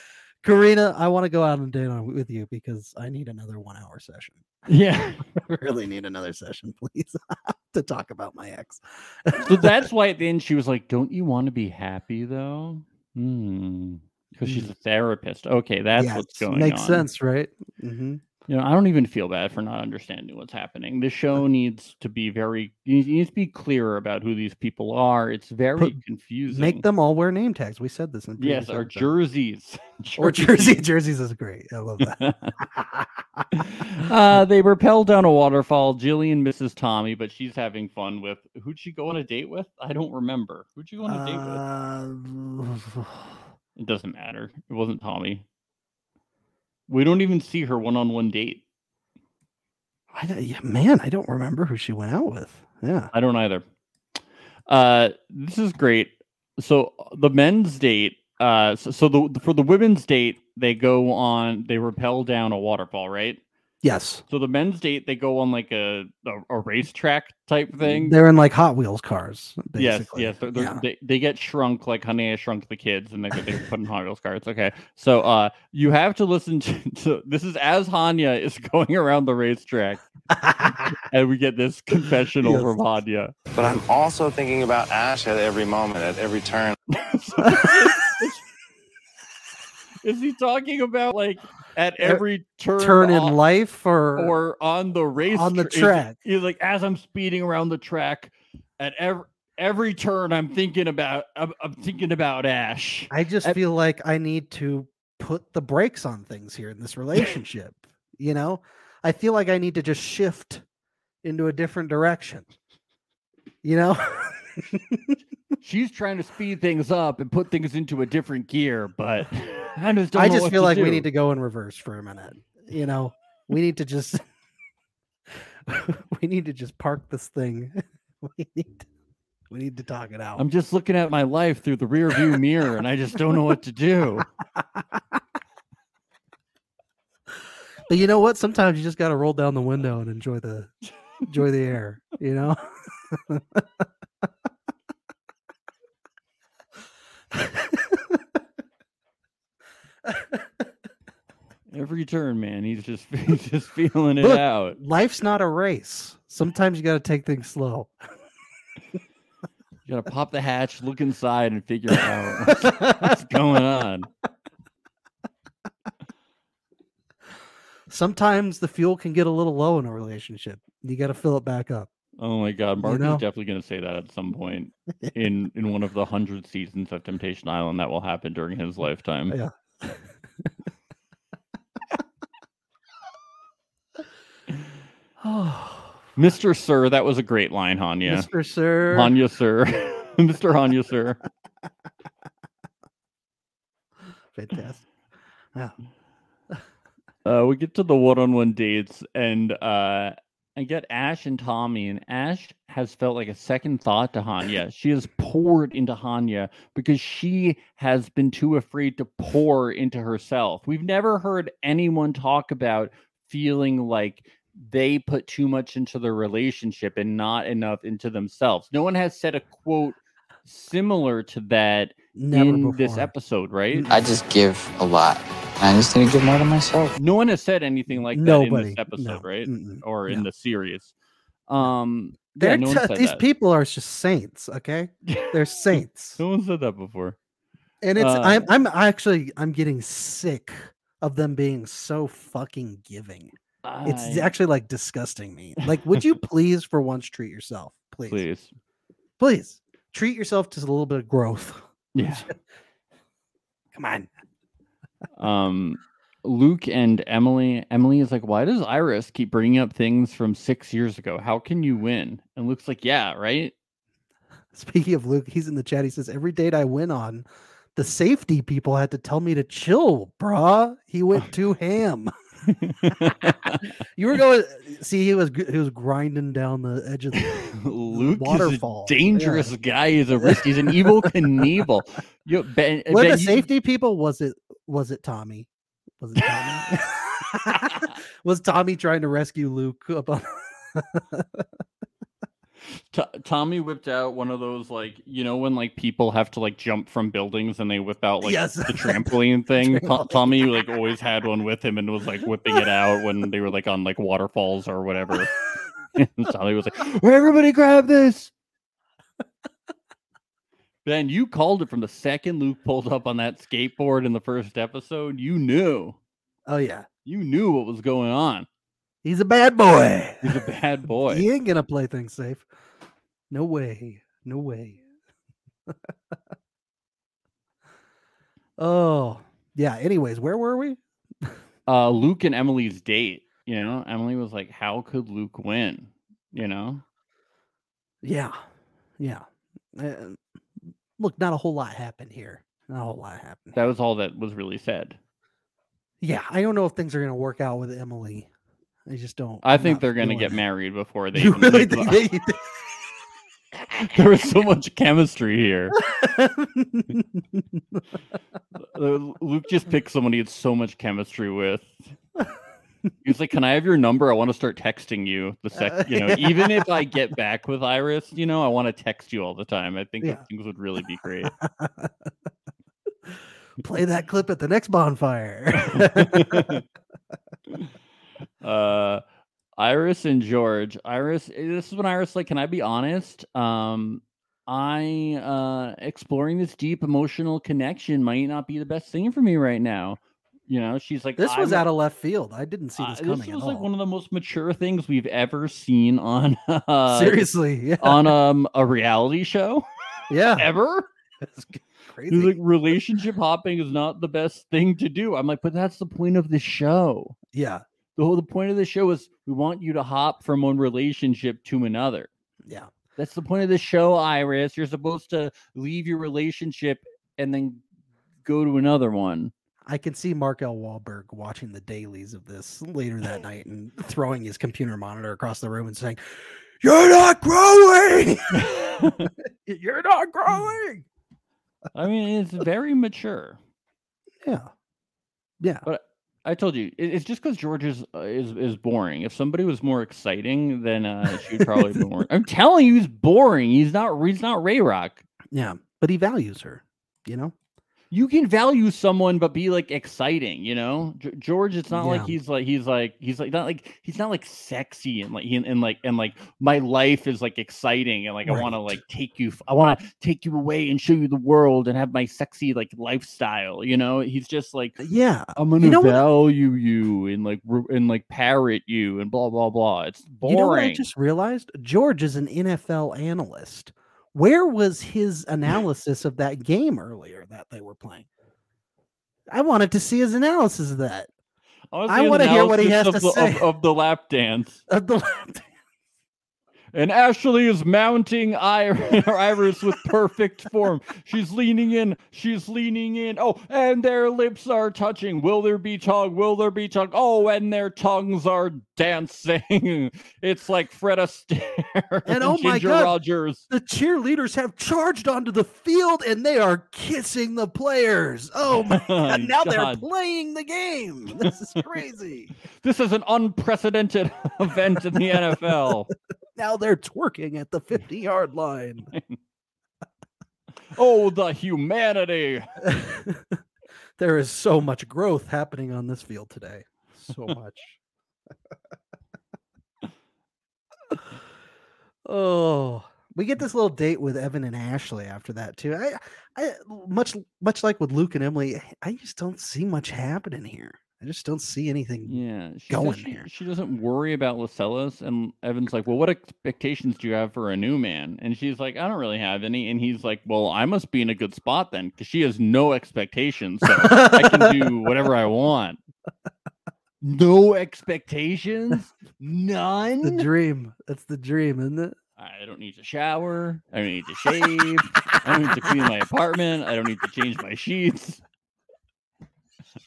(laughs) Karina, I want to go out on a date on, with you because I need another one-hour session.
Yeah.
really need another session, please, (laughs) to talk about my ex. (laughs)
so that's why at the end she was like, "Don't you want to be happy though?" Hmm. Because she's a therapist. Okay, that's
Yes,
what's going
makes
on.
sense, right? Mm-hmm.
You know, I don't even feel bad for not understanding what's happening. This show needs to be very it needs to be clear about who these people are. It's very confusing.
Make them all wear name tags. We said this in
yes,
previous
or
episodes.
jerseys. (laughs)
or jersey. Jerseys is great. I love that. (laughs)
(laughs) uh, they rappel down a waterfall. Jillian misses Tommy, but she's having fun with who'd she go on a date with? I don't remember. Who'd you go on a date with?
Uh, (sighs)
It doesn't matter. It wasn't Tommy. We don't even see her one on one date.
I don't- yeah, man, I don't remember who she went out with. Yeah.
I don't either. Uh, this is great. So uh, the men's date. Uh, so, so the for the women's date, they go on. They rappel down a waterfall, right?
Yes.
So the men's date, they go on like a a, a racetrack type thing.
They're in like Hot Wheels cars.
Yes,
basically.
yes. They're, they're, (laughs) They, they get shrunk like Honey, I Shrunk the Kids, and they, get- they get put in Hot Wheels cards. Okay. So uh, you have to listen to, (laughs) to this is as Hanya is (laughs) going around the racetrack, and we get this confessional from
(laughs)
Hanya. (laughs)
But I'm also thinking about Ash at every moment, at every turn.
Is he talking about like at every turn,
Er, turn in
on-
life or-
or on the race
on the
tr- is it-
track?
He's, like, as I'm speeding around the track, at every every turn, I'm thinking about I'm, I'm thinking about Ash.
I just
At-
feel like I need to put the brakes on things here
(laughs)
in this relationship. you know, I feel like I need to just shift into a different direction. You know, (laughs)
she's trying to speed things up and put things into a different gear, but (laughs) I just don't
I
know
just
what
feel
to
like we
do.
need to go in reverse for a minute. You know, we need to just (laughs) we need to just park this thing. (laughs) we need to, we need to talk it out.
I'm just looking at my life through the rear view mirror and I just don't know what to
(laughs)
do.
But you know what? Sometimes you just got to roll down the window and enjoy the enjoy the air.
(laughs)
You know.
Every turn, man, he's just (laughs) he's just feeling it
Look,
out.
Life's not a race. Sometimes you got to take things slow.
You gotta pop the hatch, look inside, and figure out (laughs) what's- what's going on.
(laughs) Sometimes the fuel can get a little low in a relationship. You got to fill it back up.
Oh my god, Mark
know?
is definitely gonna say that at some point in in one of the hundred seasons of Temptation Island that will happen during his
(laughs)
lifetime.
Yeah. Oh,
Mr. Sir, that was a great line, Hanya.
Mr. Sir.
Hanya Sir. (laughs) Mr. Hanya Sir.
fantastic. Yeah.
Uh, we get to the one-on-one dates, and uh, I get Ash and Tommy, and Ash has felt like a second thought to Hanya. She has poured into Hanya because she has been too afraid to pour into herself. We've never heard anyone talk about feeling like they put too much into their relationship and not enough into themselves. No one has said a quote similar to that
Never
in this episode, right?
I just give a lot. I just need to give more to myself.
No one has said anything like that in
Nobody,
this episode, right? Or in
no.
the series. Um, yeah,
They're
no one
t-
said
these
that.
people are just saints, okay?
(laughs)
They're saints.
no one said that before.
And it's
Uh,
I'm I'm actually I'm getting sick of them being so fucking giving. It's
I-
actually like disgusting me. Like,
(laughs)
would you please for once treat yourself? Please. (laughs)
Please.
Please treat yourself to a little bit of growth. (laughs)
Yeah.
Come on.
Um, Luke and Emily. Emily is like, why does Iris keep bringing up things from six years ago? How can you win? And Luke's like, yeah, right. (laughs)
Speaking of Luke, he's in the chat. He says, Every date I went on, the safety people had to tell me to chill, bruh. He went too ham. (laughs) you were going see he was gr- he was grinding down the edge
(laughs)
of the
Luke
waterfall.
is a dangerous guy. He's a risk. He's an
(laughs)
evil Knievel. You, ben,
Were
Ben,
the
you-
safety people? Was it was it Tommy? Was it Tommy? was Tommy (laughs) trying to rescue Luke up on
To- Tommy whipped out one of those like you know when like people have to like jump from buildings and they whip out (laughs) like
(laughs) Yes.
the
(laughs)
trampoline thing. To-
Trampoline.
Tommy like always had one with him and was like whipping it out when they were like on like waterfalls or whatever. (laughs) And Tommy was like, "Everybody grab this." Ben, you called it from the second Luke pulled up on that skateboard in the first episode. You knew.
Oh yeah.
You knew what was going on.
He's a bad boy.
He's a bad boy.
(laughs) He ain't gonna play things safe. No way. No way. (laughs) oh yeah. Anyways, where were we?
uh Luke and Emily's date, you know, Emily was like, How could Luke win? You know?
Yeah. Yeah. Uh, look, not a whole lot happened here. Not a whole lot happened.
That was all that was really said.
Yeah, I don't know if things are going to work out with Emily. I just don't.
I
I'm
think
not
they're gonna
feeling
get
it. (laughs)
married before they.
You
even
really
leave
think
the-
they-
(laughs) there was so much chemistry
(laughs)
here. Uh, Luke just picked someone he had so much chemistry with. He's like, "Can I have your number? I want to start texting you the
Uh,
sec. You know,
(laughs)
even if I get back with Iris, you know, I want to text you all the time. I think
Yeah.
things would really be great."
play that clip at the next bonfire. (laughs)
(laughs) uh iris and george iris eh, this is when iris like can i be honest um i uh exploring this deep emotional connection might not be the best thing for me right now you know she's like
this was
I'm-
out of left field. I didn't see this
uh,
coming
this
at
was
all.
like one of the most mature things we've ever seen on (laughs) uh,
Seriously, (laughs) yeah.
(laughs) on um a reality
(laughs)
show
yeah
ever (laughs)
That's c-
He's
crazy.
Oh, like relationship hopping is not the best thing to do i'm like but that's the point of the show
yeah,
the whole the point of the show is we want you to hop from one relationship to another.
yeah.
That's the point of the show, Iris. You're supposed to leave your relationship and then go to another one.
I can see Mark L. Wahlberg watching the dailies of this later that night and throwing his computer monitor across the room and saying, "You're not growing. (laughs) You're not growing."
I mean, it's very mature.
Yeah, yeah.
But I told you, it- it's just because George is, uh, is is boring. If somebody was more exciting, then uh, she'd probably be more. I'm telling you, he's boring. He's not. He's not Ray Rock.
Yeah, but he values her, you know.
you can value someone but be like exciting you know G- george it's not like
Yeah.
he's like he's like he's like not like he's not like sexy and like he- and, like and like my life is like exciting and like i want to like take you f- i want to take you away and show you the world and have my sexy like lifestyle you know he's just like
Uh, Yeah,
i'm gonna
You know what-
value you and like re- and like parrot you and blah blah blah it's boring
You know what I just realized? George is an NFL analyst. Where was his analysis of that game earlier that they were playing? I wanted to see his analysis of that.
wanna
I
see an
wanna hear what he
analysis
has
of
to
the- of-
say.
of the lap dance
Of the (laughs) lap dance.
And Ashley is mounting Ir- (laughs) Iris with perfect form. She's leaning in. She's leaning in. Oh, and their lips are touching. Will there be tongue? Will there be tongue? Oh, and their tongues are dancing. (laughs) It's like Fred Astaire
And oh my
Ginger
God, (laughs)
Rogers.
the cheerleaders have charged onto the field and they are kissing the players.
(laughs)
Oh my god, now they're
God.
playing the game. This is crazy.
This is an unprecedented (laughs) event in the
(laughs)
NFL.
now they're twerking at the 50 yard line.
Oh, the humanity.
(laughs) There is so much growth happening on this field today.
(laughs)
So much. oh, we get this little date with Evan and Ashley after that too. I, I much much like with Luke and Emily, I just don't see much happening here. I just don't see anything (laughs)
Yeah, she says
going
she,
there.
She doesn't worry about Lascelles, and Evan's like, "Well, what expectations do you have for a new man?" And she's like, "I don't really have any." And he's like, "Well, I must be in a good spot then, because she has no expectations, so I can do whatever I want." No (laughs) expectations,
the
none.
dream. That's the dream, isn't it?
I don't need to shower. I don't need to shave. I don't need to clean my apartment. I don't need to change my sheets. (laughs)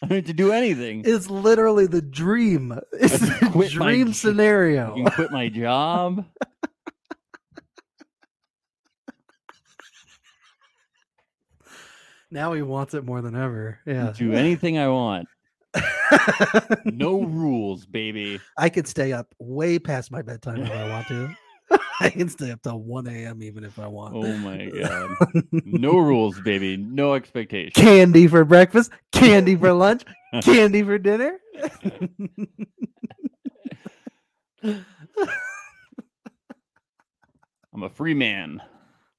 I don't need to do anything.
It's literally the dream. (laughs) It's the
Mm. quit my
dream
j- I
scenario.
can quit my job.
Now he wants it more than ever. Yeah.
do anything I
(laughs)
want. no rules, baby.
I could stay up way past my bedtime if I
(laughs)
want to. I can stay up till 1 a.m. even if I want.
Oh my
(laughs)
god. No rules, baby. No expectations.
Candy for breakfast,
(laughs)
candy for lunch, candy for dinner.
I'm a free man.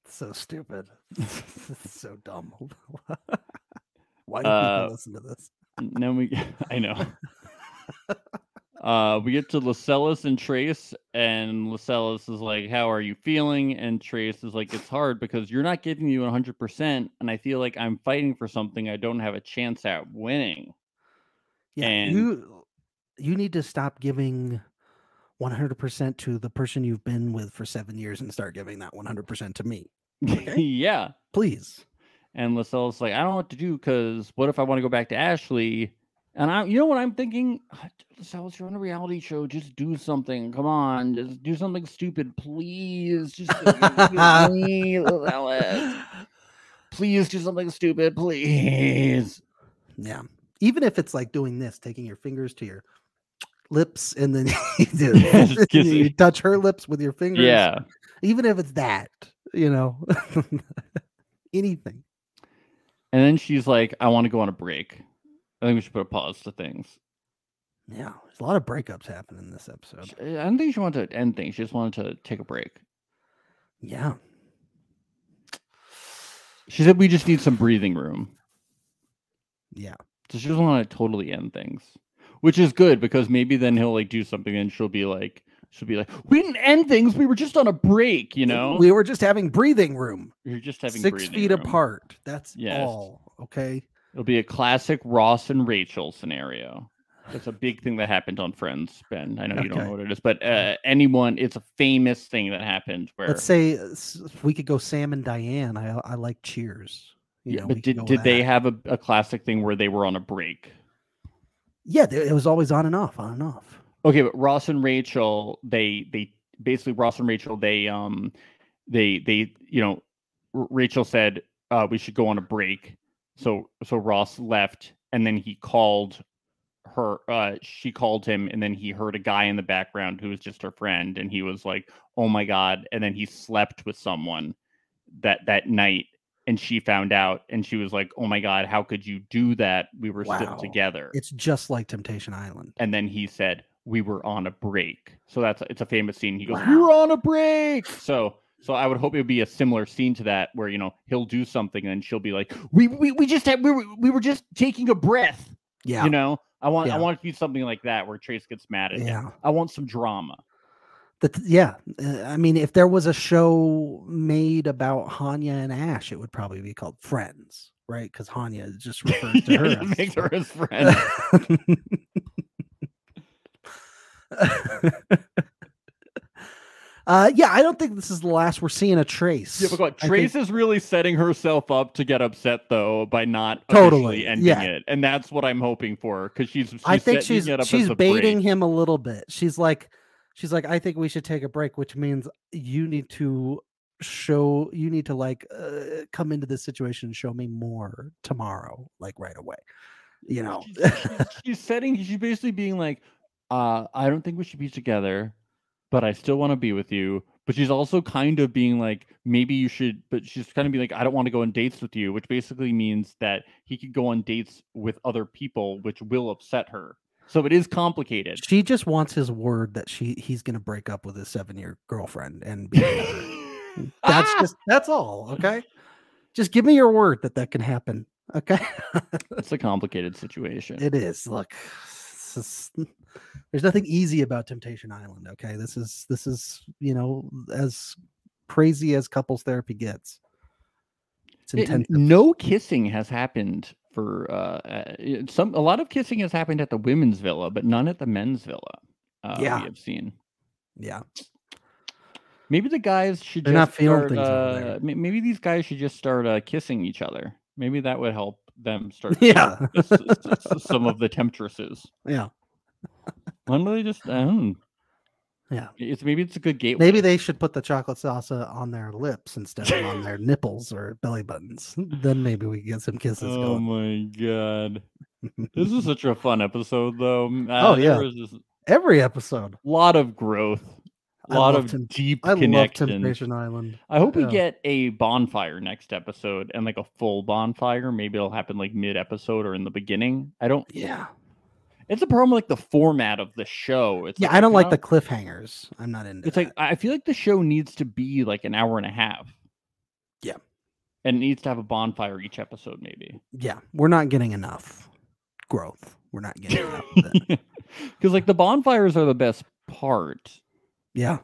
so
(laughs)
stupid. so dumb. (laughs) Why do
Uh,
people listen to this?
And then we (laughs) I know. Uh we get to Lascelles and Trace, and Lascelles is like, How are you feeling? And Trace is like, It's hard because you're not giving you hundred percent, and I feel like I'm fighting for something I don't have a chance at winning.
Yeah,
and-
you you need to stop giving 100% to the person you've been with for 7 years and start giving that 100% to me. Okay?
(laughs) yeah.
Please.
And Lascelles is like, I don't know what to do because what if I want to go back to Ashley? And I, you know what I'm thinking? (sighs) Ah, dude, Sal, you're on a reality show. Just do something. Come on, just do something stupid, please. Just please, Alice. Please do something stupid, please.
Yeah. Even if it's like doing this, taking your fingers to your lips and then (laughs) you,
(laughs)
do,
kiss
(laughs) you
it.
touch her lips with your fingers.
Yeah.
Even if it's that, you know, (laughs) anything.
And then she's like, "I want to go on a break. I think we should put a pause to things."
Yeah. There's a lot of breakups happening in this episode.
I don't think she wanted to end things. She just wanted to take a break.
Yeah.
She said we just need some breathing room.
Yeah.
So she doesn't want to totally end things, which is good because maybe then he'll like do something and she'll be like, she'll be like, we didn't end things. We were just on a break, you know?
We were just having breathing room.
You're just having
Six
breathing
feet
room.
apart. That's
Yes.
all. Okay.
It'll be a classic Ross and Rachel scenario. That's a big thing that happened on Friends, Ben. I know you don't
Okay.
know what it is, but uh, anyone, it's a famous thing that happened where.
Let's say uh, s- we could go Sam and Diane. I I like Cheers. You
yeah,
know,
but
we could
did,
go
did
with
they
that.
have a, a classic thing where they were on a break?
Yeah, they, it was always on and off, on and off.
Okay, but Ross and Rachel, they they basically Ross and Rachel, they um they they you know R- Rachel said uh we should go on a break. So so Ross left and then he called her uh she called him and then he heard a guy in the background who was just her friend and he was like, "Oh my god." And then he slept with someone that that night and she found out and she was like, "Oh my god, how could you do that? We were
Wow.
still together."
It's just like Temptation Island.
and then he said we were on a break so that's it's a famous scene he goes we were on a
(laughs)
break so so i would hope it would be a similar scene to that where you know he'll do something and she'll be like we we, we just had we were, we were just taking a breath
Yeah.
you know eh, i want
Yeah.
i want it to be something like that where trace gets mad at
Yeah.
him i want some drama
The th- yeah, uh, I mean, if there was a show made about Hanya and Ash, it would probably be called Friends, right? Because Hanya
(laughs)
just refers to
Yeah,
her.
just
as-
makes
(laughs)
her his friend.
uh, yeah, I don't think this is the last we're seeing a trace.
yeah, but God,
I think-
Trace is really setting herself up to get upset though by not
Totally,
totally ending
yeah.
it, and that's what I'm hoping for because she's, she's
I think
setting
she's
it up
she's
as a
baiting
break.
him a little bit. She's like, she's like, I think we should take a break, which means you need to show, you need to like uh, come into this situation and show me more tomorrow, like right away. You know,
she's setting she's basically being like uh i don't think we should be together but i still want to be with you but she's also kind of being like maybe you should but she's kind of being like i don't want to go on dates with you which basically means that he could go on dates with other people which will upset her so it is complicated (laughs)
she just wants his word that she he's gonna break up with his seven year girlfriend and be with her. (laughs)
(laughs)
that's just that's all. Okay, just give me your word that that can happen. Okay.
it's a complicated situation
It is. Look, this is- there's nothing easy about Temptation Island. Okay, this is this is you know as crazy as couples therapy gets. It's
It-
intense.
no kissing has happened for uh, uh, it- some. A lot of kissing has happened at the women's villa, but none at the men's villa. Uh,
Yeah.
we have seen.
Yeah. (laughs)
Maybe the guys should
They're not
just
feeling
start,
things over there.
uh, ma- Maybe these guys should just start uh, kissing each other. Maybe that would help them start.
Yeah.
(laughs) s- s- s- some of the temptresses.
Yeah,
Why don't they just? I don't know.
Yeah.
It's maybe it's a good gateway.
maybe they should put the chocolate salsa on their lips instead of
(laughs)
on their nipples or belly buttons. Then maybe we get some kisses
Oh
going.
my god! This is such a fun episode, though. Uh,
Oh, yeah. (laughs) Every episode,
a lot of growth, a
I
lot
love
of
Temp-
deep
I love
connections.
Temptation Island.
I hope we
Yeah.
get a bonfire next episode and like a full bonfire. Maybe it'll happen like mid episode or in the beginning. I don't.
Yeah.
It's a problem with like the format of the show. It's
Yeah, I don't like
how-
the cliffhangers. I'm not into.
It's like I feel like the show needs to be like an hour and a half.
Yeah.
And it needs to have a bonfire each episode, maybe.
Yeah, we're not getting enough growth. We're not getting enough. of
(laughs)
that.
Because like the bonfires are the best part.
Yeah.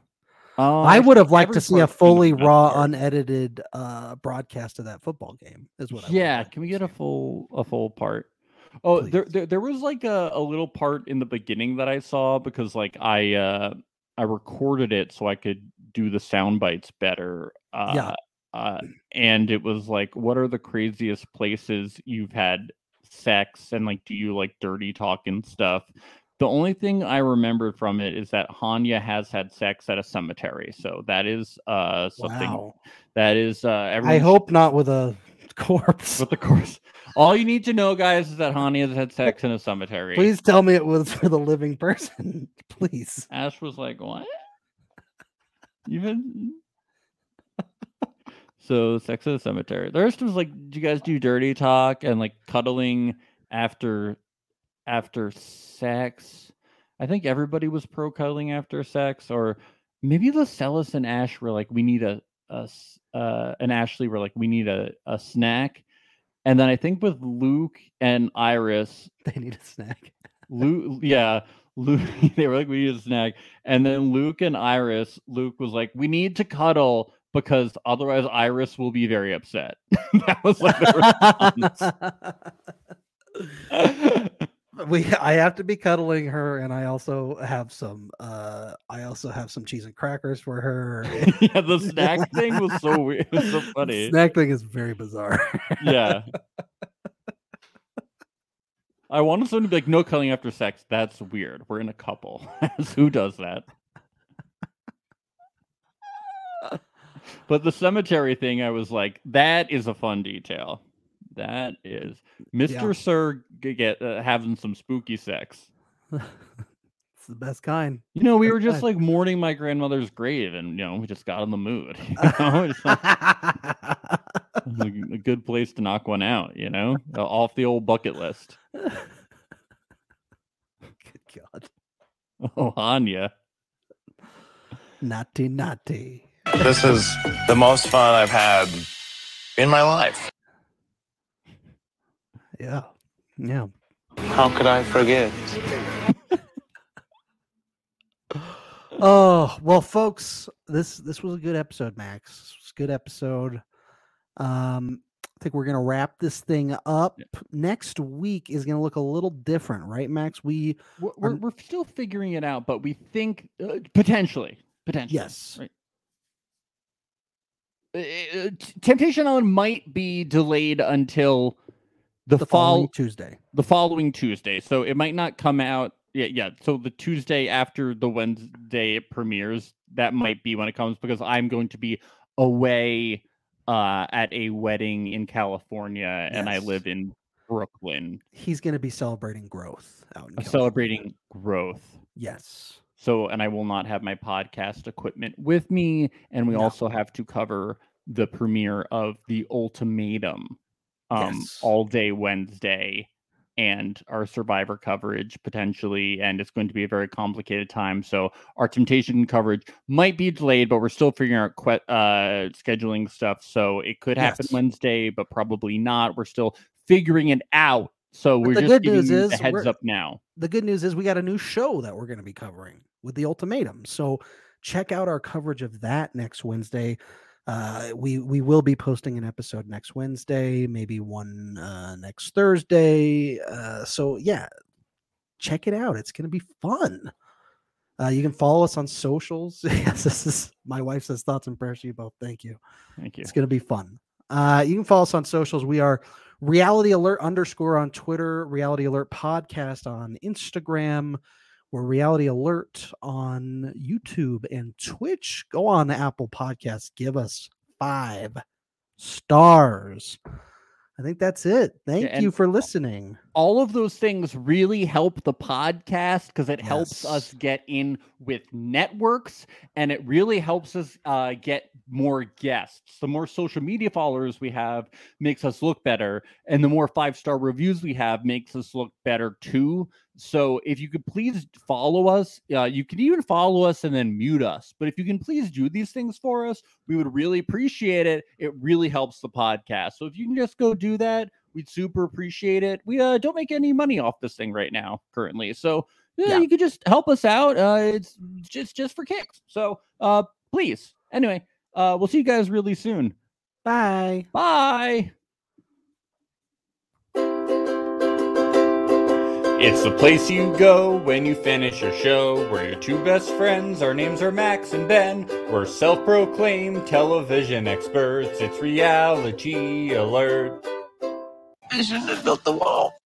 Um,
I
actually,
would have liked
every
to see a
part's been the
fully
best
raw,
part.
unedited uh, broadcast of that football game. Is what I would
yeah
like.
can we get a full a full part oh there, there there was like a, a little part in the beginning that i saw because like i uh i recorded it so i could do the sound bites better uh
Yeah.
uh, and it was like what are the craziest places you've had sex and like do you like dirty talk and stuff. The only thing I remember from it is that Hanya has had sex at a cemetery. So that is uh something
Wow.
that is uh everyone
I hope not with a (laughs) corpse.
With the corpse. all you need to know, guys, is that Hanya has had sex in a cemetery.
Please tell me it was for the living person. (laughs) Please.
Ash was like, "What? You've been (laughs) so sex at the cemetery." The rest was like, "Do you guys do dirty talk and like cuddling after after sex?" I think everybody was pro cuddling after sex, or maybe Lascelles and Ash were like, "We need a, a s- uh, and Ashley were like, we need a a snack." And then I think with Luke and Iris,
they need a
(laughs)
snack.
Luke, yeah, Luke. (laughs) They were like, "We need a snack." And then Luke and Iris, Luke was like, "We need to cuddle because otherwise Iris will be very upset." (laughs) that was like
(laughs)
the response.
We I have to be cuddling her and I also have some uh I also have some cheese and crackers for
(laughs)
her.
(laughs) yeah, the snack thing was so weird. It was so funny.
Snack thing is very bizarre.
yeah. (laughs) I wanted someone to be like, no cuddling after sex. That's weird. We're in a couple. (laughs) Who does that? but the cemetery thing, I was like, that is a fun detail. That is Mr.
Yeah.
Sir g- get uh, having some spooky sex.
It's the best
(laughs)
kind.
You know, we were
Right.
just like mourning my grandmother's grave, and you know, we just got in the mood. (laughs) You know, It's
(laughs)
like- it's like a good place to knock one out. You know, Uh, off the old bucket list.
Good God.
Oh, Anya.
Naughty naughty.
This is the most fun I've had in my life.
Yeah. Yeah.
How could I forget?
(laughs) Oh well, folks, this this was a good episode, Max. This was a good episode. Um, I think we're gonna wrap this thing up. Next week is gonna look a little different, right, Max? We
We're, we're, we're still figuring it out, but we think uh, potentially, potentially.
Yes.
Right. Uh, T- Temptation Island might be delayed until the,
the
fall
following Tuesday.
the following Tuesday. So it might not come out. Yeah, yeah. So the Tuesday after the Wednesday it premieres, that might be when it comes because I'm going to be away uh, at a wedding in California, and I
Yes.
live in Brooklyn,
He's gonna be celebrating growth out in California.
celebrating growth.
Yes.
So, and I will not have my podcast equipment with me. And we
No.
also have to cover the premiere of The Ultimatum um,
Yes.
all day Wednesday and our survivor coverage potentially. And it's going to be a very complicated time. So, our temptation coverage might be delayed, but we're still figuring out que- uh, scheduling stuff. So, it could happen
Yes.
Wednesday, but probably not. We're still figuring it out. So,
But
we're
the
just
good
giving
news
you
is
the heads
we're-
up now.
The good news is we got a new show that we're gonna be covering with the ultimatum. So check out our coverage of that next Wednesday. Uh, we we will be posting an episode next Wednesday, maybe one uh, next Thursday. Uh, so yeah, check it out. It's going to be fun. Uh, you can follow us on socials. (laughs) yes, this is my wife says thoughts and prayers to you both. Thank you.
Thank you.
It's going to be fun. Uh, you can follow us on socials. We are Reality Alert underscore on Twitter, Reality Alert Podcast on Instagram. We're Reality Alert on YouTube and Twitch. Go on to Apple Podcasts. Give us five stars. I think that's it. Thank you
and-
for listening.
all of those things really help the podcast because it helps
Yes.
us get in with networks and it really helps us uh, get more guests. The more social media followers we have makes us look better, and the more five star reviews we have makes us look better too. So if you could please follow us, uh, you can even follow us and then mute us. But if you can please do these things for us, we would really appreciate it. It really helps the podcast. So if you can just go do that, we'd super appreciate it. We uh, don't make any money off this thing right now currently, so yeah,
Yeah.
you could just help us out. Uh, it's just just for kicks. So uh, please. Anyway, uh, we'll see you guys really soon.
Bye.
Bye.
It's the place you go when you finish your show. We're your two best friends. Our names are Max and Ben. We're self proclaimed television experts. It's reality alert.
I shouldn't have built the wall.